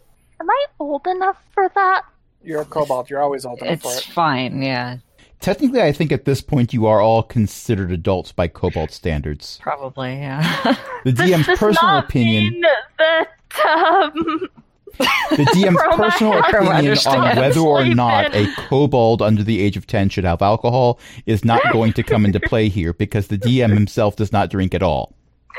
Speaker 2: I old enough for that?
Speaker 4: You're a cobalt. You're always old enough for
Speaker 1: It's
Speaker 4: it.
Speaker 1: fine. Yeah.
Speaker 3: Technically, I think at this point you are all considered adults by Cobalt standards.
Speaker 2: [LAUGHS]
Speaker 1: Probably. Yeah. [LAUGHS]
Speaker 3: The
Speaker 2: this
Speaker 3: DM's
Speaker 2: does
Speaker 3: personal
Speaker 2: not
Speaker 3: opinion.
Speaker 2: mean that um, [LAUGHS]
Speaker 3: The DM's
Speaker 2: From my-
Speaker 3: personal
Speaker 1: from my
Speaker 3: opinion on
Speaker 1: understanding.
Speaker 3: whether or
Speaker 2: Sleep
Speaker 3: not a
Speaker 2: in.
Speaker 3: kobold under the age of 10 should have alcohol is not going to come into play here because the DM himself does not drink at all.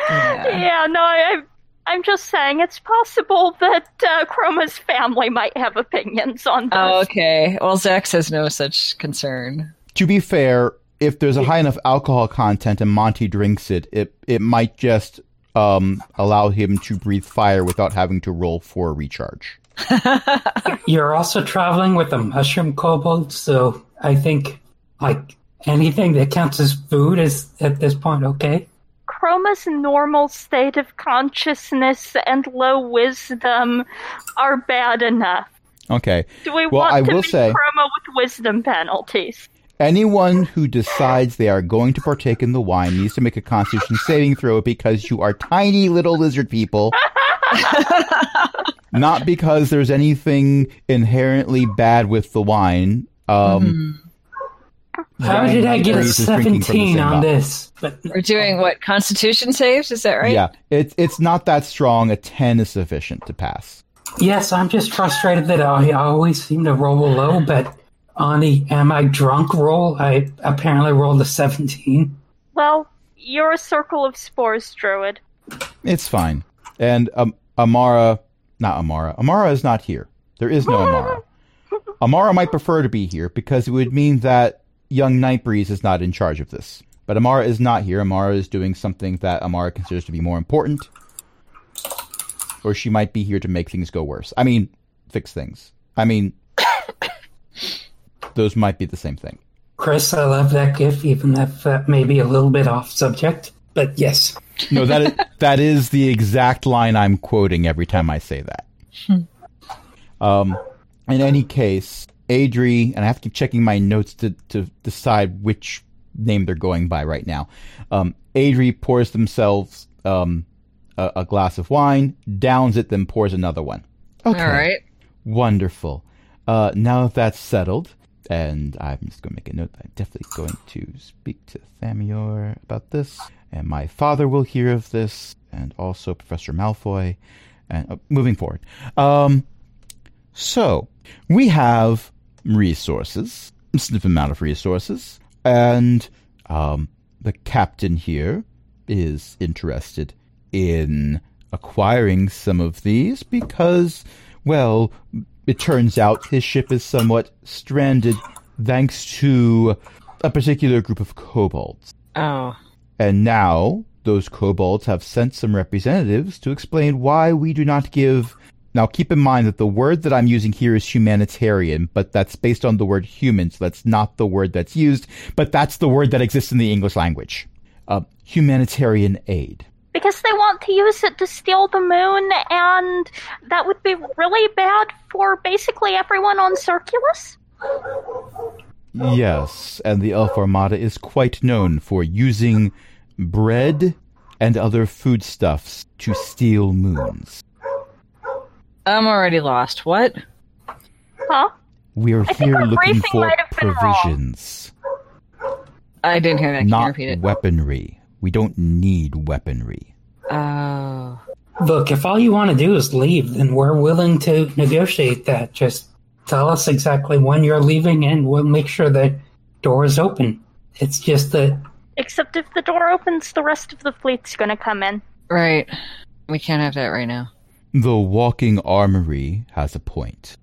Speaker 1: Yeah.
Speaker 2: Yeah, no, I, I'm- I'm just saying it's possible that uh, Chroma's family might have opinions on this.
Speaker 1: Oh, okay. Well, Zax has no such concern.
Speaker 3: To be fair, if there's a high enough alcohol content and Monty drinks it, it, it might just um, allow him to breathe fire without having to roll for a recharge.
Speaker 5: You're also traveling with a mushroom kobold, so I think like anything that counts as food is at this point okay.
Speaker 2: Chroma's normal state of consciousness and low wisdom are bad enough.
Speaker 3: Okay.
Speaker 2: Do we
Speaker 3: Well,
Speaker 2: want
Speaker 3: I
Speaker 2: to
Speaker 3: will
Speaker 2: meet
Speaker 3: say-
Speaker 2: Chroma with wisdom penalties?
Speaker 3: Anyone who decides they are going to partake in the wine needs to make a constitution saving throw because you are tiny little lizard people. Not because there's anything inherently bad with the wine. Um,
Speaker 5: How
Speaker 3: Right,
Speaker 5: did I get a
Speaker 3: Grace is drinking from the
Speaker 5: 17
Speaker 3: same
Speaker 5: on
Speaker 3: box.
Speaker 5: this? But
Speaker 1: We're doing what? Constitution saves? Is that right?
Speaker 3: Yeah, it's it's not that strong. A ten is sufficient to pass.
Speaker 5: yes, I'm just frustrated that I always seem to roll low, but on the am I drunk roll, I apparently rolled a 17.
Speaker 2: Well, you're a circle of spores, druid.
Speaker 3: It's fine. And um, Amara, not Amara. Amara is not here. There is no Amara. Amara might prefer to be here because it would mean that young Nightbreeze is not in charge of this. But Amara is not here. Amara is doing something that Amara considers to be more important. Or she might be here to make things go worse. I mean, fix things. I mean, [COUGHS] those might be the same thing.
Speaker 5: Chris, I love that gif, even if that may be a little bit off subject. But yes,
Speaker 3: No, that is, that is the exact line I'm quoting every time I say that. Um, in any case, Adri, and I have to keep checking my notes to, to decide which name they're going by right now. Um, Adri pours themselves um, a, a glass of wine, downs it, then pours another one. Okay.
Speaker 1: All right.
Speaker 3: Wonderful. Uh, now that that's settled, and I'm just going to make a note that I'm definitely going to speak to Thamior about this, and my father will hear of this, and also Professor Malfoy, and uh, moving forward. Um, so, we have resources, a significant amount of resources, and um, the captain here is interested in acquiring some of these because, well, it turns out his ship is somewhat stranded thanks to a particular group of kobolds.
Speaker 1: Oh.
Speaker 3: And now those kobolds have sent some representatives to explain why we do not give. Now, keep in mind that the word that I'm using here is humanitarian, but that's based on the word human, so that's not the word that's used, but that's the word that exists in the English language. Uh, humanitarian aid.
Speaker 2: Because they want to use it to steal the moon, and that would be really bad for basically everyone on Circulus?
Speaker 3: Yes, and the Elf Armada is quite known for using bread and other foodstuffs to steal moons.
Speaker 1: I'm already lost. What?
Speaker 2: Huh?
Speaker 3: We're
Speaker 2: think
Speaker 3: here
Speaker 2: our
Speaker 3: looking
Speaker 2: briefing
Speaker 3: for
Speaker 2: might have been wrong.
Speaker 3: provisions,
Speaker 1: I didn't hear that. Can you
Speaker 3: not
Speaker 1: repeat it?
Speaker 3: weaponry. We don't need weaponry.
Speaker 1: Oh.
Speaker 5: look, if all you want to do is leave, then we're willing to negotiate that. Just tell us exactly when you're leaving, and we'll make sure the door is open. It's just that
Speaker 2: Except if the door opens, the rest of the fleet's gonna come in.
Speaker 1: Right. We can't have that right now.
Speaker 3: The walking armory has a point.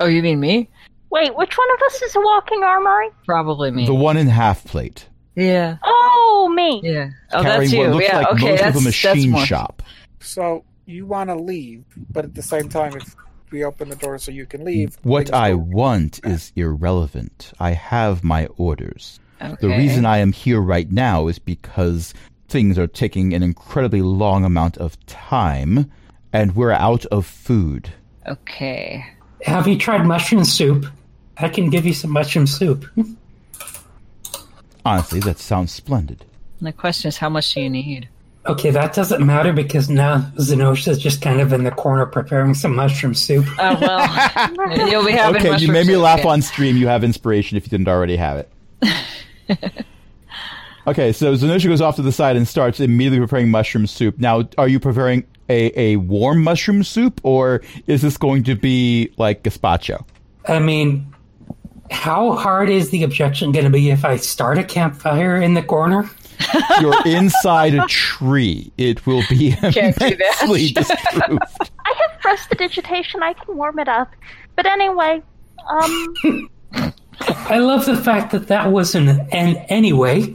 Speaker 1: Oh, you mean me?
Speaker 2: Wait, which one of us is a walking armory?
Speaker 1: Probably me.
Speaker 3: The one in half plate,
Speaker 1: yeah.
Speaker 2: Oh, me.
Speaker 1: Yeah. Oh,
Speaker 3: carrying
Speaker 1: that's you.
Speaker 3: what looks
Speaker 1: yeah.
Speaker 3: like
Speaker 1: okay.
Speaker 3: most
Speaker 1: that's
Speaker 3: of a
Speaker 1: that's
Speaker 3: machine
Speaker 1: more.
Speaker 3: shop.
Speaker 4: So you want to leave, but at the same time, if we open the door so you can leave,
Speaker 3: What
Speaker 4: things
Speaker 3: I
Speaker 4: will-
Speaker 3: want is irrelevant. I have my orders.
Speaker 1: Okay.
Speaker 3: The reason I am here right now is because things are taking an incredibly long amount of time and we're out of food.
Speaker 1: Okay.
Speaker 5: have you tried mushroom soup? I can give you some mushroom soup.
Speaker 3: Honestly, that sounds splendid.
Speaker 1: And the question is, how much do you
Speaker 4: [LAUGHS]
Speaker 1: need?
Speaker 5: Okay, that doesn't matter because now Zenosha's just kind of in the corner preparing some mushroom soup.
Speaker 1: Oh well, you'll be having.
Speaker 3: okay, you
Speaker 1: mushroom
Speaker 3: made me
Speaker 1: soup
Speaker 3: laugh
Speaker 1: again.
Speaker 3: on stream. You have inspiration if you didn't already have it.
Speaker 1: [LAUGHS]
Speaker 3: okay, so Zenosha goes off to the side and starts immediately preparing mushroom soup. Now, are you preparing a, a warm mushroom soup, or is this going to be like gazpacho?
Speaker 5: I mean, how hard is the objection going to be if I start a campfire in the corner?
Speaker 1: [LAUGHS]
Speaker 3: You're inside a tree. It will be
Speaker 1: Can't do that. [LAUGHS]
Speaker 3: immensely disproved.
Speaker 2: I have prestidigitation. I can warm it up. But anyway, um,
Speaker 5: I love the fact that that wasn't an an anyway.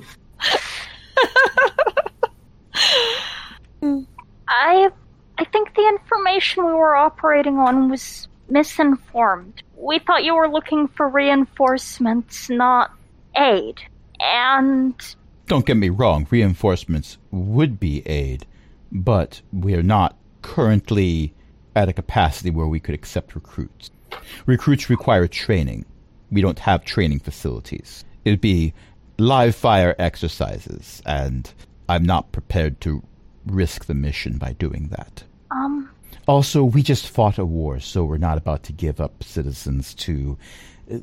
Speaker 2: I I think the information we were operating on was misinformed. We thought you were looking for reinforcements, not aid. And
Speaker 3: Don't get me wrong, reinforcements would be aid, but we're not currently at a capacity where we could accept recruits. Recruits require training. We don't have training facilities. It'd be live fire exercises, and I'm not prepared to risk the mission by doing that.
Speaker 2: um
Speaker 3: Also, we just fought a war, so we're not about to give up citizens to uh,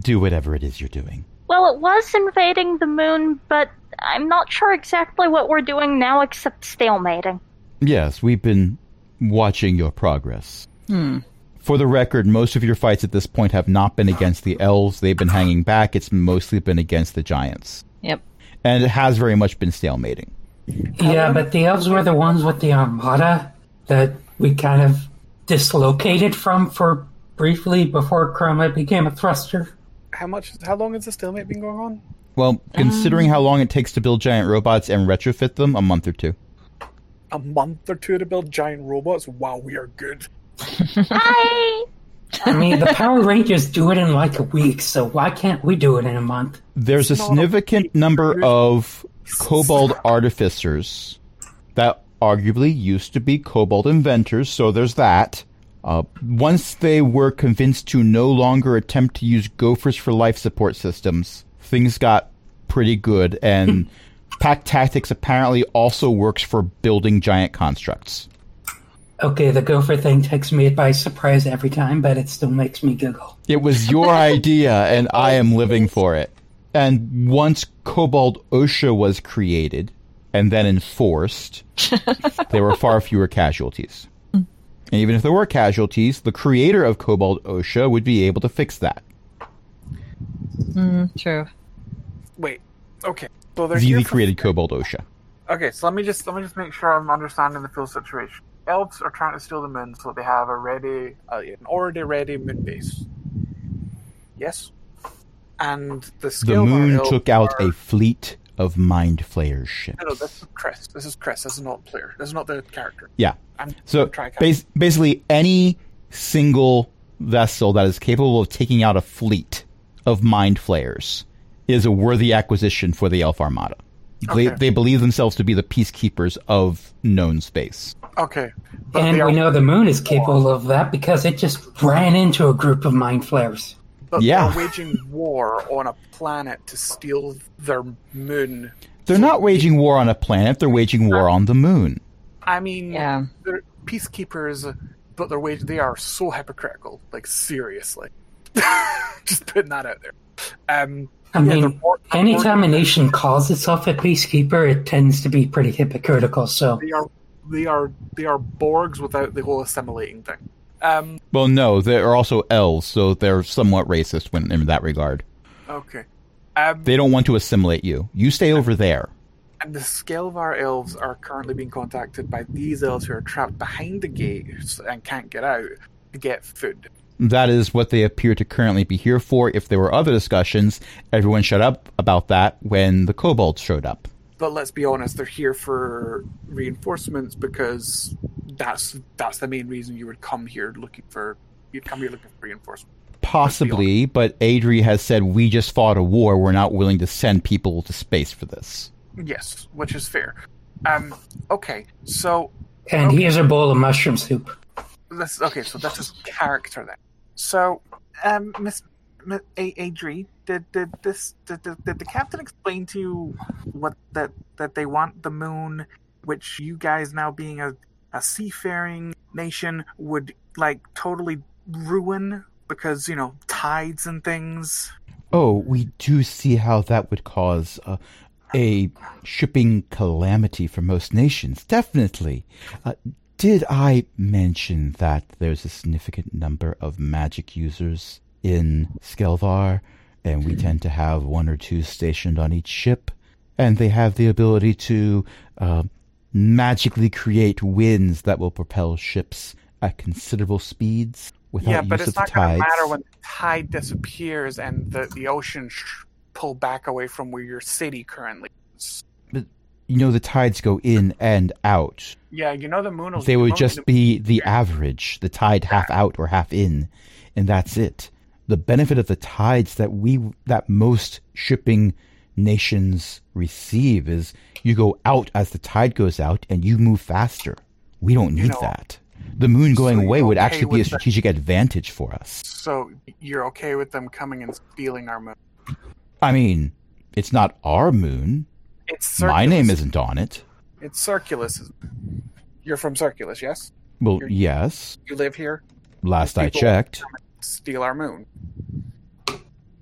Speaker 3: do whatever it is you're doing.
Speaker 2: well it was invading the moon, but I'm not sure exactly what we're doing now except stalemating.
Speaker 3: Yes, we've been watching your progress. For the record, most of your fights at this point have not been against the elves. They've been hanging back. It's mostly been against the giants.
Speaker 1: Yep.
Speaker 3: And it has very much been stalemating.
Speaker 5: Yeah, but the elves were the ones with the armada that we kind of dislocated from for briefly before Chroma became a thruster.
Speaker 4: How much? How long has this stalemate been going on?
Speaker 3: Well, considering how long it takes to build giant robots and retrofit them, a month or two.
Speaker 4: A month or two to build giant robots. Wow, we are good.
Speaker 2: I
Speaker 5: I mean, the Power Rangers do it in like a week, so why can't we do it in a month?
Speaker 3: There's a
Speaker 4: Not a
Speaker 3: significant
Speaker 4: big
Speaker 3: number
Speaker 4: group.
Speaker 3: of kobold artificers that arguably used to be kobold inventors, so there's that. Uh, once they were convinced to no longer attempt to use gophers for life support systems, things got pretty good, and pack tactics apparently also works for building giant constructs.
Speaker 5: Okay, the gopher thing takes me by surprise every time, but it still makes me giggle.
Speaker 3: It was
Speaker 4: [LAUGHS]
Speaker 3: your idea, and I am living for it. And once Cobalt OSHA was created and then
Speaker 4: [LAUGHS]
Speaker 3: enforced, there were far fewer casualties. And even if there were casualties, the creator of Cobalt OSHA would be able to fix that.
Speaker 1: Mm, True.
Speaker 4: Wait. Okay. So they're here
Speaker 3: Zeely
Speaker 4: for-
Speaker 3: created Cobalt OSHA.
Speaker 4: Okay, so let me just let me just make sure I'm understanding the full situation. Elves are trying to steal the moon, so they have a ready, uh, an already ready moon base. Yes, and the
Speaker 3: The
Speaker 4: Skilvar
Speaker 3: moon
Speaker 4: elves
Speaker 3: took out
Speaker 4: are-
Speaker 3: a fleet of mind flayer
Speaker 4: No, no, this
Speaker 3: ships.
Speaker 4: is Chris. This is Chris. This is not player. This is not the character.
Speaker 3: Yeah.
Speaker 4: I'm
Speaker 3: So
Speaker 4: try again.
Speaker 3: bas- basically, any single vessel that is capable of taking out a fleet of mind flayers is a worthy acquisition for the Elf Armada. They,
Speaker 4: Okay.
Speaker 3: they believe themselves to be the peacekeepers of known space.
Speaker 4: okay, but
Speaker 5: And
Speaker 4: they are,
Speaker 5: we know the moon is capable of that because it just ran into a group of mind flares.
Speaker 4: but
Speaker 3: Yeah.
Speaker 4: they're waging war on a planet to steal their moon.
Speaker 3: They're not waging war on a planet; they're waging war on the moon.
Speaker 4: I mean,
Speaker 1: Yeah.
Speaker 4: they're peacekeepers, but they're wage- they are so hypocritical. Like seriously, [LAUGHS] just putting that out there. Um,
Speaker 5: I
Speaker 4: Yeah,
Speaker 5: mean,
Speaker 4: the war- the
Speaker 5: anytime a nation calls itself a peacekeeper, it tends to be pretty hypocritical. So,
Speaker 4: they are they are they are Borgs without the whole assimilating thing. Um,
Speaker 3: Well, no, they are also elves, so they're somewhat racist when in that regard.
Speaker 4: okay. Um,
Speaker 3: They don't want to assimilate you. You stay over there.
Speaker 4: and the Skelvar elves are currently being contacted by these elves who are trapped behind the gates and can't get out to get food.
Speaker 3: That is what they appear to currently be here for. If there were other discussions, everyone shut up about that when the kobolds showed up.
Speaker 4: But let's be honest, they're here for reinforcements because that's that's the main reason you would come here looking for you'd come here looking for reinforcements.
Speaker 3: Possibly, but Adri has said we just fought a war. We're not willing to send people to space for this.
Speaker 4: Yes, which is fair. Um, okay, so
Speaker 5: and here's a bowl of mushroom soup.
Speaker 4: This okay, so that's [LAUGHS] his character then. So, um, Miss Miss A- Adri, did did this did, did, did the captain explain to you what that that they want the moon, which you guys now being a a seafaring nation would like totally ruin because you know tides and things.
Speaker 3: Oh, we do see how that would cause uh, a shipping calamity for most nations. Definitely. Uh, Did I mention that there's a significant number of magic users in Skelvar, and we tend to have one or two stationed on each ship, and they have the ability to uh, magically create winds that will propel ships at considerable speeds without
Speaker 4: yeah, but
Speaker 3: use of
Speaker 4: it's
Speaker 3: the
Speaker 4: not going to
Speaker 3: tides.
Speaker 4: matter when the tide disappears and the, the ocean sh- pull back away from where your city currently is.
Speaker 3: you know, the tides go in and out.
Speaker 4: Yeah, you know the moon will
Speaker 3: they
Speaker 4: the
Speaker 3: would
Speaker 4: moment
Speaker 3: just
Speaker 4: the-
Speaker 3: be the average, the tide half out or half in, and that's it. The benefit of the tides that we that most shipping nations receive is you go out as the tide goes out and you move faster. We don't need
Speaker 4: know,
Speaker 3: that. The moon going
Speaker 4: you're
Speaker 3: away would
Speaker 4: okay
Speaker 3: actually be a
Speaker 4: with the-
Speaker 3: strategic advantage for us.
Speaker 4: So you're okay with them coming and stealing our moon?
Speaker 3: I mean, it's not our moon.
Speaker 4: It's
Speaker 3: My name
Speaker 4: Circulus.
Speaker 3: isn't on it.
Speaker 4: It's Circulus. You're from Circulus, yes?
Speaker 3: Well,
Speaker 4: You're-
Speaker 3: yes.
Speaker 4: You live here.
Speaker 3: Last I
Speaker 4: people-
Speaker 3: checked,
Speaker 4: Steal our moon.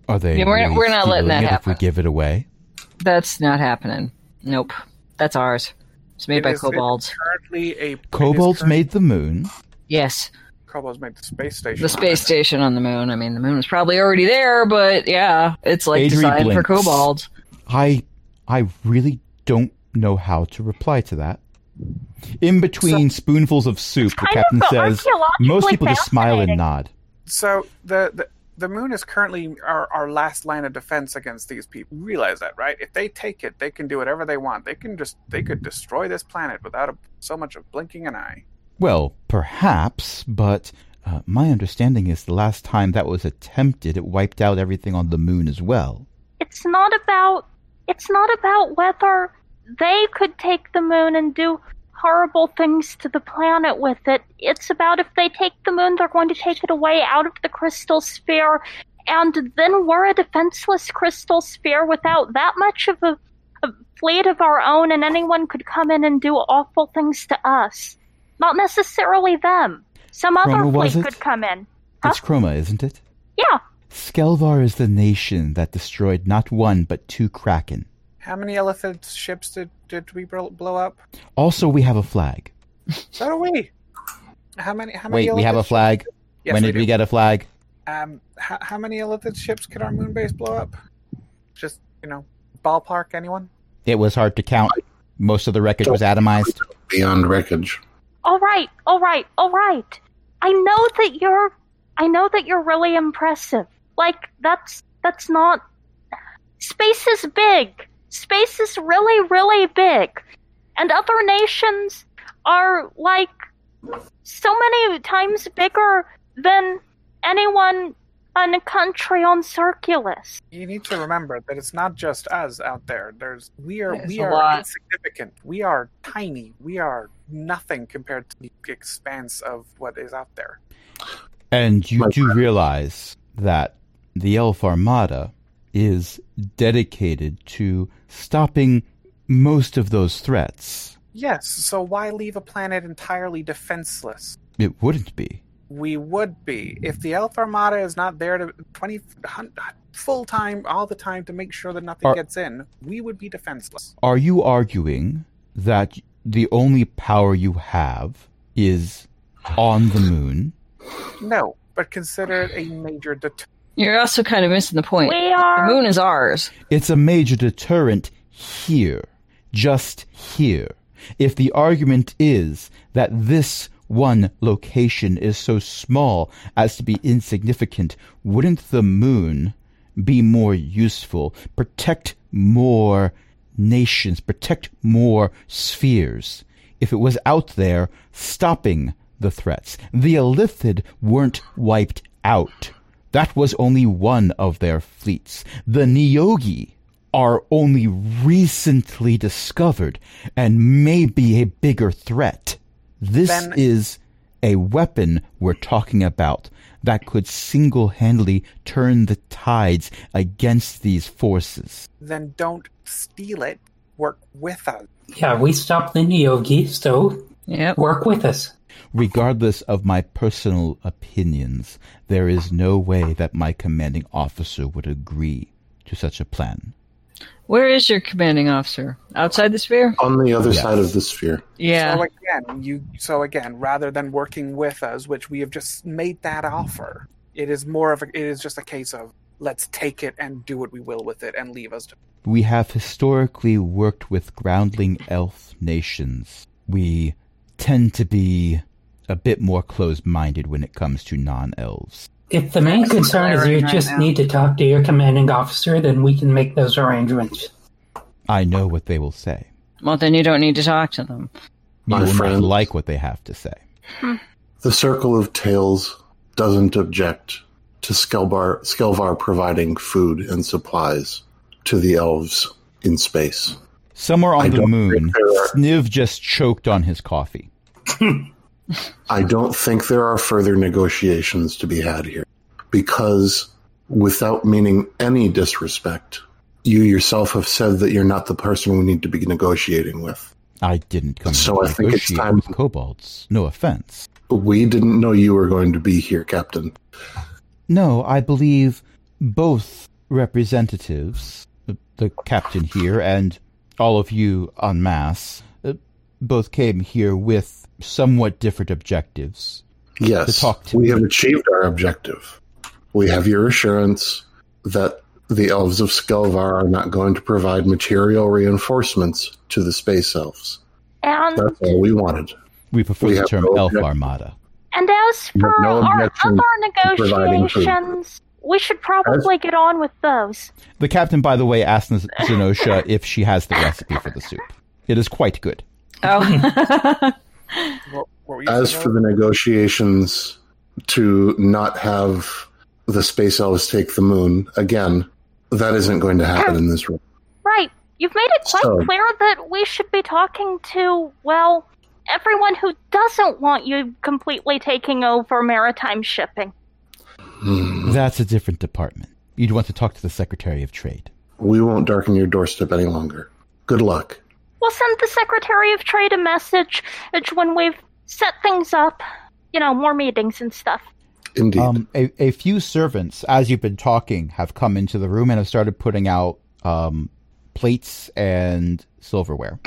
Speaker 3: are they?
Speaker 1: Yeah, we're-
Speaker 3: really
Speaker 1: we're not letting
Speaker 3: stealing
Speaker 1: that
Speaker 3: it If we
Speaker 1: happen.
Speaker 3: give it away,
Speaker 1: That's not happening. Nope. That's ours. It's made
Speaker 4: It
Speaker 1: by
Speaker 4: is- it-
Speaker 1: kobolds.
Speaker 4: Currently, a it is
Speaker 3: kobolds
Speaker 4: current-
Speaker 3: made the moon.
Speaker 1: Yes.
Speaker 4: kobolds made the space station.
Speaker 1: The space station on the moon. I mean, the moon was probably already there, but yeah, it's like
Speaker 3: Adri
Speaker 1: designed for
Speaker 3: blinks.
Speaker 1: kobolds.
Speaker 3: I I really don't know how to reply to that. In between spoonfuls of soup, the
Speaker 2: kind
Speaker 3: captain
Speaker 2: of
Speaker 3: says
Speaker 2: archaeologically
Speaker 3: most people just smile and nod.
Speaker 4: So the, the the moon is currently our, our last line of defense against these people. You realize that, right? If they take it, they can do whatever they want. They can just they could destroy this planet without a, so much of blinking an eye.
Speaker 3: Well, perhaps, but uh, my understanding is the last time that was attempted, it wiped out everything on the moon as well.
Speaker 2: It's not about. It's not about whether they could take the moon and do horrible things to the planet with it. It's about if they take the moon, they're going to take it away out of the crystal sphere, and then we're a defenseless crystal sphere without that much of a, a fleet of our own, and anyone could come in and do awful things to us. Not necessarily them. Some other
Speaker 3: Chroma, was
Speaker 2: fleet
Speaker 3: it?
Speaker 2: could come in.
Speaker 3: It's Chroma, isn't it?
Speaker 2: Yeah.
Speaker 3: Skelvar is the nation that destroyed not one but two kraken.
Speaker 4: How many elephant ships did did we bl- blow up?
Speaker 3: Also, we have a flag.
Speaker 4: So do we. How many? How many?
Speaker 3: Wait, we have a
Speaker 4: elephant
Speaker 3: flag.
Speaker 4: ships- Yes,
Speaker 3: when did
Speaker 4: do.
Speaker 3: we get a flag?
Speaker 4: Um, how, how many elephant ships could our moon base blow up? Just you know, ballpark. Anyone?
Speaker 3: It was hard to count. Most of the wreckage was atomized.
Speaker 6: beyond wreckage.
Speaker 2: all right, all right, all right. I know that you're I know that you're really impressive. Like that's that's not space is big. Space is really really big. And other nations are like so many times bigger than anyone in a country on Circulus.
Speaker 4: You need to remember that it's not just us out there. There's we are
Speaker 1: There's
Speaker 4: we
Speaker 1: a
Speaker 4: are
Speaker 1: lot.
Speaker 4: insignificant. We are tiny. We are nothing compared to the expanse of what is out there.
Speaker 3: And you
Speaker 6: My
Speaker 3: do realize that the Elf Armada is dedicated to stopping most of those threats.
Speaker 4: Yes. So why leave a planet entirely defenseless?
Speaker 3: It wouldn't be.
Speaker 4: We would be if the Elf Armada is not there to twenty full time all the time to make sure that nothing
Speaker 3: Are-
Speaker 4: gets in. We would be defenseless.
Speaker 3: Are you arguing that the only power you have is on the moon?
Speaker 4: No, but consider it a major deterrent.
Speaker 1: You're also kind of missing the point.
Speaker 2: We
Speaker 1: The
Speaker 2: are
Speaker 1: moon is ours.
Speaker 3: It's a major deterrent here, just here. If the argument is that this one location is so small as to be insignificant, wouldn't the moon be more useful, protect more nations, protect more spheres, if it was out there stopping the threats? The Elithid weren't wiped out. That was only one of their fleets. The Niogi are only recently discovered and may be a bigger threat. This
Speaker 4: Then-
Speaker 3: is a weapon we're talking about that could single handedly turn the tides against these forces.
Speaker 4: then don't steal it. Work with us.
Speaker 5: Yeah, we stopped the Neogi, so
Speaker 1: Yep.
Speaker 5: work with us.
Speaker 3: Regardless of my personal opinions, there is no way that my commanding officer would agree to such a plan.
Speaker 1: Where is your commanding officer? Outside the sphere?
Speaker 6: on the other
Speaker 3: Yes.
Speaker 6: side of the sphere.
Speaker 1: Yeah.
Speaker 4: So again, you so again, rather than working with us, which we have just made that offer, it is more of a, it is just a case of let's take it and do what we will with it and leave us. To,
Speaker 3: We have historically worked with groundling elf nations. We tend to be a bit more closed minded when it comes to non elves.
Speaker 5: If the main concern is you
Speaker 4: Right
Speaker 5: just
Speaker 4: now.
Speaker 5: need to talk to your commanding officer, then we can make those arrangements.
Speaker 3: I know what they will say.
Speaker 1: Well, then you don't need to talk to them.
Speaker 3: You
Speaker 6: My
Speaker 3: will not
Speaker 6: friends.
Speaker 3: like what they have to say.
Speaker 6: The circle of tails doesn't object to Skelbar, Skelvar providing food and supplies to the elves in space.
Speaker 3: Somewhere on
Speaker 6: I
Speaker 3: the
Speaker 6: don't
Speaker 3: moon,
Speaker 6: think there are-
Speaker 3: Sniv just choked on his coffee.
Speaker 6: I don't think there are further negotiations to be had here because, without meaning any disrespect, you yourself have said that you're not the person we need to be negotiating with.
Speaker 3: I didn't come
Speaker 6: So
Speaker 3: here
Speaker 6: I
Speaker 3: to
Speaker 6: think it's
Speaker 3: negotiate
Speaker 6: time-
Speaker 3: with kobolds. No offense.
Speaker 6: We didn't know you were going to be here, Captain.
Speaker 3: No, I believe both representatives, the, the captain here and all of you en masse, uh, both came here with somewhat different objectives.
Speaker 6: Yes,
Speaker 3: To talk to
Speaker 6: we
Speaker 3: me.
Speaker 6: have achieved our objective. We have your assurance that the elves of Skelvar are not going to provide material reinforcements to the space elves.
Speaker 2: And
Speaker 6: That's all we wanted.
Speaker 3: We prefer
Speaker 6: We
Speaker 3: the
Speaker 6: have
Speaker 3: term
Speaker 6: no
Speaker 3: elf
Speaker 6: objection.
Speaker 3: armada.
Speaker 2: and as
Speaker 6: No-
Speaker 2: for
Speaker 6: no
Speaker 2: our
Speaker 6: objection
Speaker 2: other
Speaker 6: to providing food.
Speaker 2: negotiations, we should probably get on with those.
Speaker 3: The captain, by the way, asked N- Zenosha if she has the recipe for the soup. It is quite good.
Speaker 2: [LAUGHS]
Speaker 1: Oh. [LAUGHS]
Speaker 4: what, what were you
Speaker 6: As
Speaker 4: saying,
Speaker 6: for the negotiations to not have the space elves take the moon, again, that isn't going to happen in this room.
Speaker 2: Right. You've made it quite
Speaker 6: So-
Speaker 2: clear that we should be talking to, well, everyone who doesn't want you completely taking over maritime shipping.
Speaker 6: Hmm.
Speaker 3: That's a different department. You'd want to talk to the Secretary of Trade.
Speaker 6: We won't darken your doorstep any longer. Good luck.
Speaker 2: We'll send the Secretary of Trade a message it's when we've set things up, you know, more meetings and stuff.
Speaker 6: Indeed.
Speaker 3: Um, a, a few servants, as you've been talking, have come into the room and have started putting out um, plates and silverware.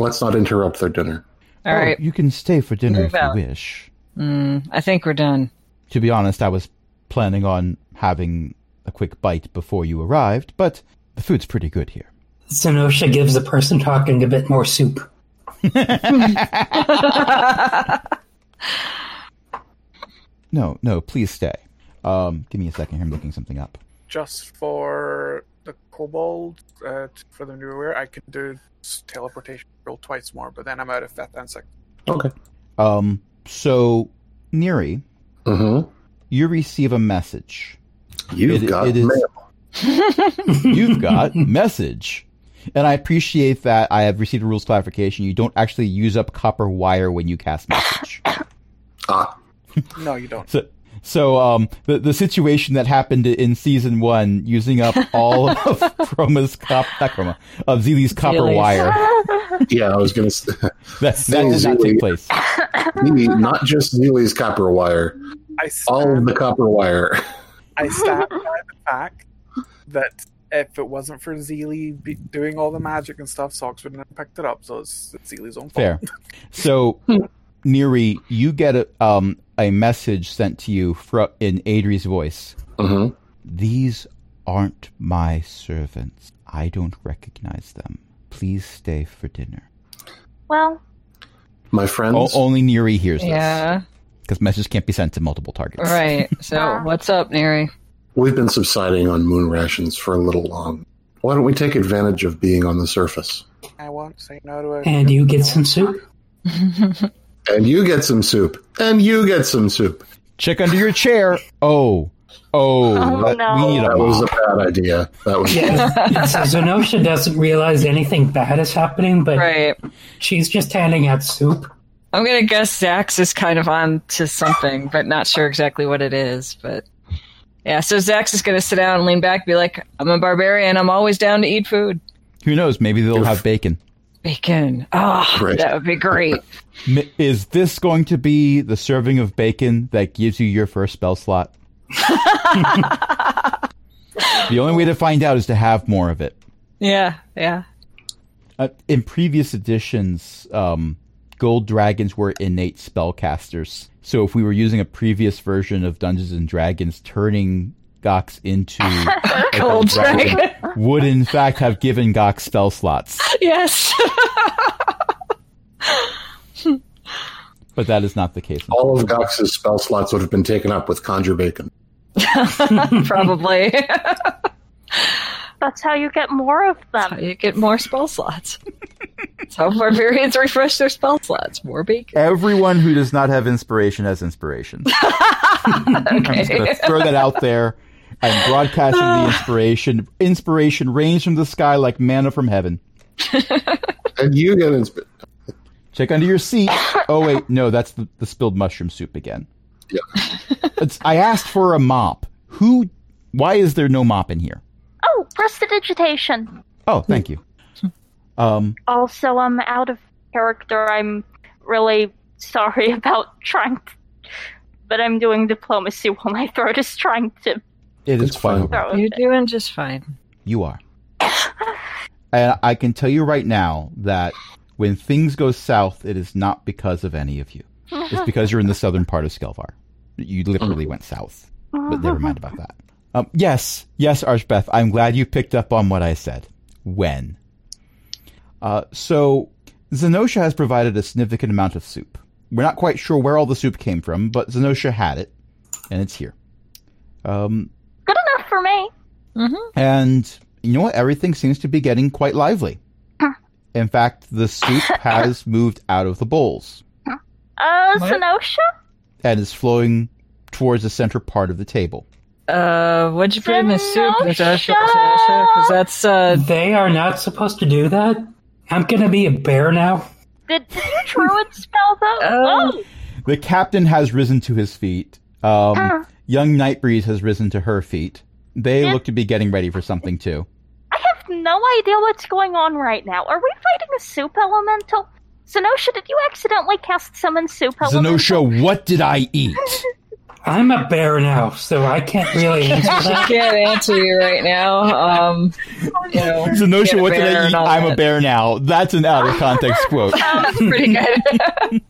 Speaker 6: Let's not interrupt their dinner.
Speaker 1: All
Speaker 3: Oh,
Speaker 1: right.
Speaker 3: you can stay for dinner
Speaker 1: Move
Speaker 3: if
Speaker 1: out.
Speaker 3: you wish.
Speaker 1: Mm, I think we're done. [LAUGHS]
Speaker 3: To be honest, I was planning on having a quick bite before you arrived, but the food's pretty good here.
Speaker 5: Zenosha gives the person talking a bit more soup.
Speaker 3: No, no, please stay. Um, give me a second here. I'm looking something up.
Speaker 4: just for the kobold uh, t- for the new aware? I can do s- teleportation roll twice more, but then I'm out of that and sec.
Speaker 6: Okay.
Speaker 3: Um, so, Neri,
Speaker 6: Mm-hmm.
Speaker 3: you receive a message.
Speaker 6: You've
Speaker 3: It-
Speaker 6: got
Speaker 3: it is-
Speaker 6: mail.
Speaker 3: you've got message. And I appreciate that I have received a rules clarification. You don't actually use up copper wire when you cast message.
Speaker 6: Ah,
Speaker 4: No, you don't.
Speaker 3: So, so um, the the situation that happened in season one, using up all of Chroma's cop, not Chroma, of Zeely's copper
Speaker 1: Zeely's.
Speaker 3: wire,
Speaker 6: yeah, I was going [LAUGHS] to
Speaker 3: that, that did not
Speaker 6: Zeely.
Speaker 3: take place.
Speaker 6: not just Zeely's copper wire,
Speaker 3: [LAUGHS]
Speaker 4: I
Speaker 3: Oh,
Speaker 6: all of
Speaker 4: stand,
Speaker 6: the copper wire. [LAUGHS]
Speaker 4: I stand by the fact that if it wasn't for Zeely be- doing all the magic and stuff, Sox wouldn't have picked it up. So it's, it's Zeely's own fault.
Speaker 3: Fair. So, Neri, you get a, um, a message sent to you fro- in Adri's voice.
Speaker 6: Mm-hmm.
Speaker 3: These aren't my servants. I don't recognize them. Please stay for dinner.
Speaker 2: [LAUGHS] Well,
Speaker 6: My friends,
Speaker 3: O- only Neri hears this
Speaker 1: yeah.
Speaker 3: because messages can't be sent to multiple targets.
Speaker 1: Right.
Speaker 2: [LAUGHS]
Speaker 1: So, what's up, Neri?
Speaker 6: we've been subsiding on moon rations for a little long. Why don't we take advantage of being on the surface?
Speaker 4: I won't say no to it.
Speaker 5: And you get some soup?
Speaker 6: And you get some soup. And you get some soup.
Speaker 3: Check under your chair. Oh, oh, that-
Speaker 2: no.
Speaker 3: we need a
Speaker 6: That was a
Speaker 3: mop.
Speaker 6: bad idea. That was
Speaker 5: so Zenosha doesn't realize anything bad is happening, but
Speaker 1: Right.
Speaker 5: she's just handing out soup.
Speaker 1: I'm gonna guess Zax is kind of on to something, but not sure exactly what it is. But yeah, so Zax is gonna sit down and lean back, and be like, "I'm a barbarian. I'm always down to eat food.
Speaker 3: Who knows? Maybe they'll have bacon.
Speaker 1: Bacon. Oh,
Speaker 6: Right.
Speaker 1: that would be great.
Speaker 3: M- Is this going to be the serving of bacon that gives you your first spell slot? The only way to find out is to have more of it.
Speaker 1: Yeah, yeah.
Speaker 3: Uh, in previous editions, um, gold dragons were innate spellcasters. So if we were using a previous version of Dungeons and Dragons, turning Gox
Speaker 1: [LAUGHS]
Speaker 3: into a
Speaker 1: Gold dragon.
Speaker 3: would in fact have given Gox spell slots.
Speaker 1: [LAUGHS] yes. [LAUGHS]
Speaker 3: But that is not the case.
Speaker 6: All of Gox's spell slots would have been taken up with Conjure Bacon.
Speaker 1: Probably. [LAUGHS]
Speaker 2: That's how you get more of them.
Speaker 1: you get more spell slots. That's how barbarians refresh their spell slots. More bacon.
Speaker 3: Everyone who does not have inspiration has
Speaker 1: [LAUGHS]
Speaker 3: inspiration. I'm just going
Speaker 1: Okay.
Speaker 3: to throw that out there. I'm
Speaker 1: [SIGHS]
Speaker 3: broadcasting the inspiration. Inspiration rains from the sky like manna from heaven.
Speaker 6: And you get insp-
Speaker 3: Check under your seat. Oh wait, no, that's the, the spilled mushroom soup again.
Speaker 6: Yeah.
Speaker 3: It's, I asked for a mop. Who? Why is there no mop in here?
Speaker 2: Oh, prestidigitation.
Speaker 3: Oh, thank you. Um,
Speaker 2: Also, I'm out of character. I'm really sorry [LAUGHS] about trying to. But I'm doing diplomacy while my throat is trying to
Speaker 3: it is
Speaker 6: It's
Speaker 3: quite
Speaker 6: fine.
Speaker 3: over.
Speaker 2: throw
Speaker 1: You're
Speaker 2: it.
Speaker 1: doing just fine.
Speaker 3: You are. and I can tell you right now that when things go south, it is not because of any of you. It's because you're in the southern part of Skelvar. You literally went south. But never mind about that. Um, yes, yes, Archbeth, I'm glad you picked up on what I said. When? Uh, so, Zenosha has provided a significant amount of soup. We're not quite sure where all the soup came from, but Zenosha had it, and it's here. Um,
Speaker 2: Good enough for me.
Speaker 3: and you know what? Everything seems to be getting quite lively. In fact,
Speaker 1: [LAUGHS]
Speaker 3: the soup has moved out of the bowls
Speaker 2: Uh,
Speaker 1: What?
Speaker 2: Zenosha?
Speaker 3: and is flowing towards the center part of the table.
Speaker 1: Uh, what'd you put in the soup, Natasha?
Speaker 2: Zenosha!
Speaker 1: Because that's uh,
Speaker 5: They are not supposed to do that. I'm gonna be a bear now.
Speaker 2: Did, did you druid spell those?
Speaker 1: Oh.
Speaker 2: oh,
Speaker 3: The captain has risen to his feet. Um, young Nightbreeze has risen to her feet. They look to be getting ready for something too.
Speaker 2: I have no idea what's going on right now. Are we fighting a soup elemental? Zenosha, did you accidentally cast summon soup elemental?
Speaker 3: Zenosha, what did I eat?
Speaker 5: I'm a bear now, so I can't really
Speaker 1: [LAUGHS]
Speaker 5: answer that.
Speaker 1: can't answer you right now. Um, you know,
Speaker 3: Zenosha,
Speaker 1: get a
Speaker 3: what did
Speaker 1: bear
Speaker 3: I eat?
Speaker 1: and all
Speaker 3: I'm a
Speaker 1: that.
Speaker 3: bear now. That's an out of context
Speaker 1: [LAUGHS]
Speaker 3: quote.
Speaker 1: Oh, That's pretty good.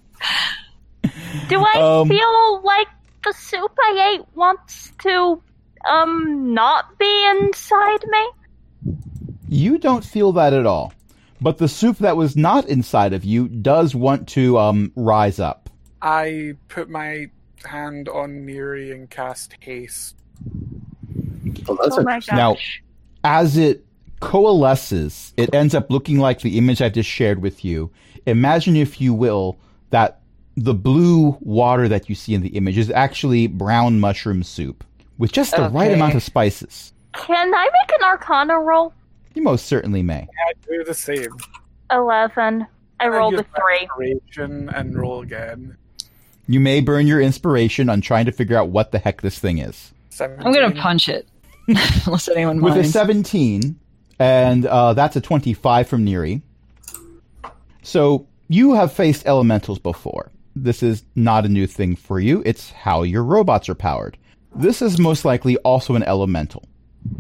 Speaker 2: Do I
Speaker 3: Um,
Speaker 2: feel like the soup I ate wants to um not be inside me?
Speaker 3: You don't feel that at all. But the soup that was not inside of you does want to um, rise up.
Speaker 4: I put my hand on Neri and cast haste.
Speaker 6: Well, that's
Speaker 2: oh
Speaker 6: a-
Speaker 2: my gosh.
Speaker 3: Now, as it coalesces, it ends up looking like the image I just shared with you. Imagine, if you will, that the blue water that you see in the image is actually brown mushroom soup with just the right
Speaker 1: Okay.
Speaker 3: amount of spices.
Speaker 2: Can I make an arcana roll?
Speaker 3: You most certainly may.
Speaker 4: I do the same.
Speaker 2: Eleven. I rolled
Speaker 4: use
Speaker 2: a three.
Speaker 4: my inspiration and roll again.
Speaker 3: You may burn your inspiration on trying to figure out what the heck this thing is.
Speaker 1: [LAUGHS] I'm gonna punch it. [LAUGHS] Unless anyone
Speaker 3: with a
Speaker 1: minds.
Speaker 3: 17, and uh, that's a 25 from Neri. So you have faced elementals before. This is not a new thing for you. It's how your robots are powered. This is most likely also an elemental.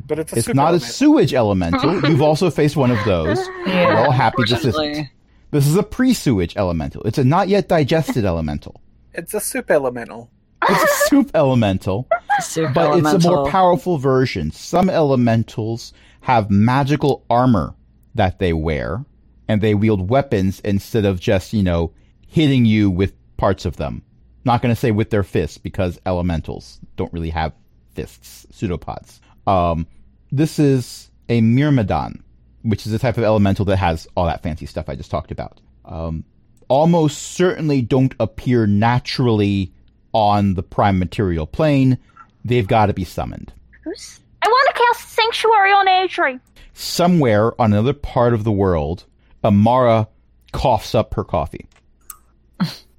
Speaker 4: But it's a
Speaker 3: It's
Speaker 4: super
Speaker 3: not a
Speaker 4: element.
Speaker 3: sewage
Speaker 4: [LAUGHS]
Speaker 3: elemental. You've also faced one of those.
Speaker 1: Yeah,
Speaker 3: We're all happy this isn't.
Speaker 1: unfortunately.
Speaker 3: This is a pre-sewage elemental. It's a not yet digested elemental.
Speaker 4: It's a soup elemental.
Speaker 3: It's a soup elemental.
Speaker 1: Super
Speaker 3: But it's a more
Speaker 1: elemental.
Speaker 3: powerful version. Some elementals have magical armor that they wear, and they wield weapons instead of just, you know, hitting you with parts of them. Not going to say with their fists because elementals don't really have fists, pseudopods. Um, this is a Myrmidon, which is a type of elemental that has all that fancy stuff I just talked about. Um, almost certainly don't appear naturally on the prime material plane. They've got to be summoned.
Speaker 2: Who's- I want to cast sanctuary on Adri.
Speaker 3: Somewhere on another part of the world, Amara coughs up her coffee.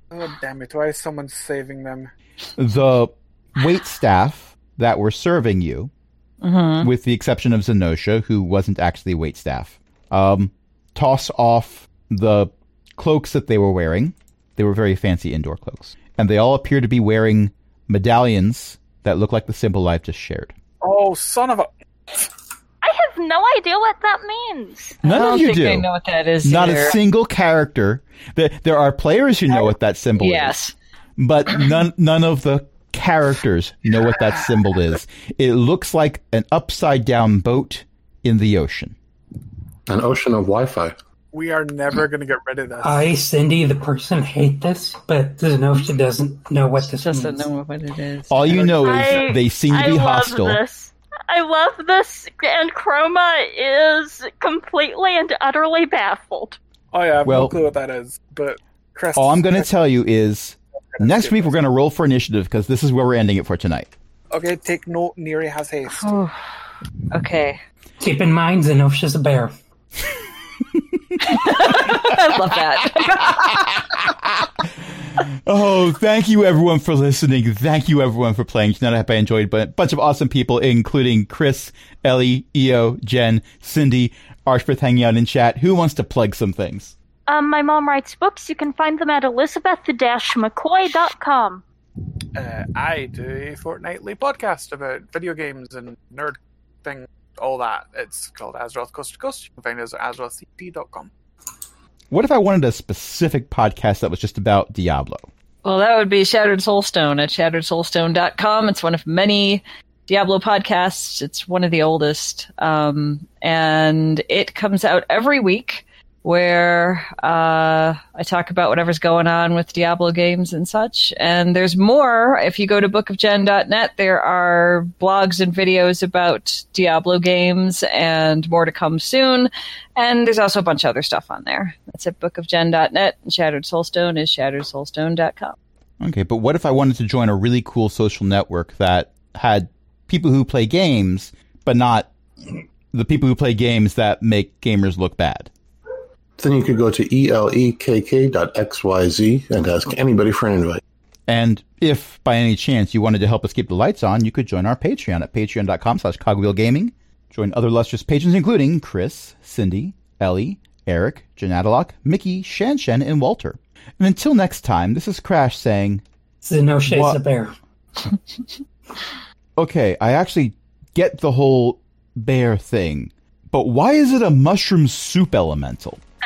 Speaker 4: Oh damn it! Why is someone saving them?
Speaker 3: The wait staff that were serving you,
Speaker 1: Mhm.
Speaker 3: with the exception of Zenosha, who wasn't actually wait staff, um, toss off the cloaks that they were wearing. They were very fancy indoor cloaks. And they all appear to be wearing medallions that look like the symbol I've just shared.
Speaker 4: Oh son of a!
Speaker 2: no idea what that means.
Speaker 1: I
Speaker 3: None
Speaker 1: don't
Speaker 3: of you
Speaker 1: think
Speaker 3: do.
Speaker 1: I know what that is.
Speaker 3: Not
Speaker 1: either.
Speaker 3: a single character. There, there are players who know what that symbol is,
Speaker 1: Yes.
Speaker 3: but none none of the characters know what that symbol is. It looks like an upside down boat in the ocean.
Speaker 6: An ocean of Wi Fi.
Speaker 4: We are never going to get rid of
Speaker 3: Uh,
Speaker 4: this.
Speaker 5: I, Cindy, the person, hate this, but doesn't know if she doesn't know what this
Speaker 3: Mm.
Speaker 1: Doesn't
Speaker 5: means.
Speaker 1: know what it is.
Speaker 3: All you know is
Speaker 2: I-
Speaker 3: they seem to
Speaker 2: I
Speaker 3: be
Speaker 2: love
Speaker 3: hostile.
Speaker 2: this. I love this, and Chroma is completely and utterly baffled.
Speaker 4: Oh, I have
Speaker 3: Well-
Speaker 4: no clue what that is, but Chris.
Speaker 3: All I'm going to tell you is next week we're going to roll for initiative because this is where we're ending it for tonight.
Speaker 4: Okay, take note. Neri has haste.
Speaker 1: Oh, okay.
Speaker 5: Keep in mind, Zenosha's a bear.
Speaker 1: I love that.
Speaker 3: Oh, thank you everyone for listening. Thank you everyone for playing. Tonight I hope I enjoyed but a bunch of awesome people, including Chris, Ellie, EO, Jen, Cindy, Arshpith hanging out in chat. Who wants to plug some things?
Speaker 2: Um, my mom writes books. You can find them at elizabeth-mccoy.com.
Speaker 4: Uh, I do a fortnightly podcast about video games and nerd thing, all that. It's called Azeroth Coast to Coast. You can find us at azerothcp.com.
Speaker 3: What if I wanted a specific podcast that was just about Diablo?
Speaker 1: Well, that would be Shattered Soulstone at shatteredsoulstone.com. It's one of many Diablo podcasts. It's one of the oldest. Um, and it comes out every week where uh, I talk about whatever's going on with Diablo games and such. And there's more. If you go to bookofgen.net, there are blogs and videos about Diablo games and more to come soon. And there's also a bunch of other stuff on there. That's at bookofgen.net. And Shattered Soulstone is shatteredsoulstone.com.
Speaker 3: Okay, but what if I wanted to join a really cool social network that had people who play games, but not the people who play games that make gamers look bad?
Speaker 6: Then you could go to E elekk.xyz and ask anybody for an invite.
Speaker 3: And if by any chance you wanted to help us keep the lights on, you could join our Patreon at patreon.com slash cogwheelgaming. Join other lustrous patrons including Chris, Cindy, Ellie, Eric, Janadalok, Mickey, Shan Shan, and Walter. And until next time, this is Crash saying,
Speaker 5: Zenosha
Speaker 3: What?
Speaker 5: is a bear.
Speaker 3: okay, I actually get the whole bear thing, but why is it a mushroom soup elemental?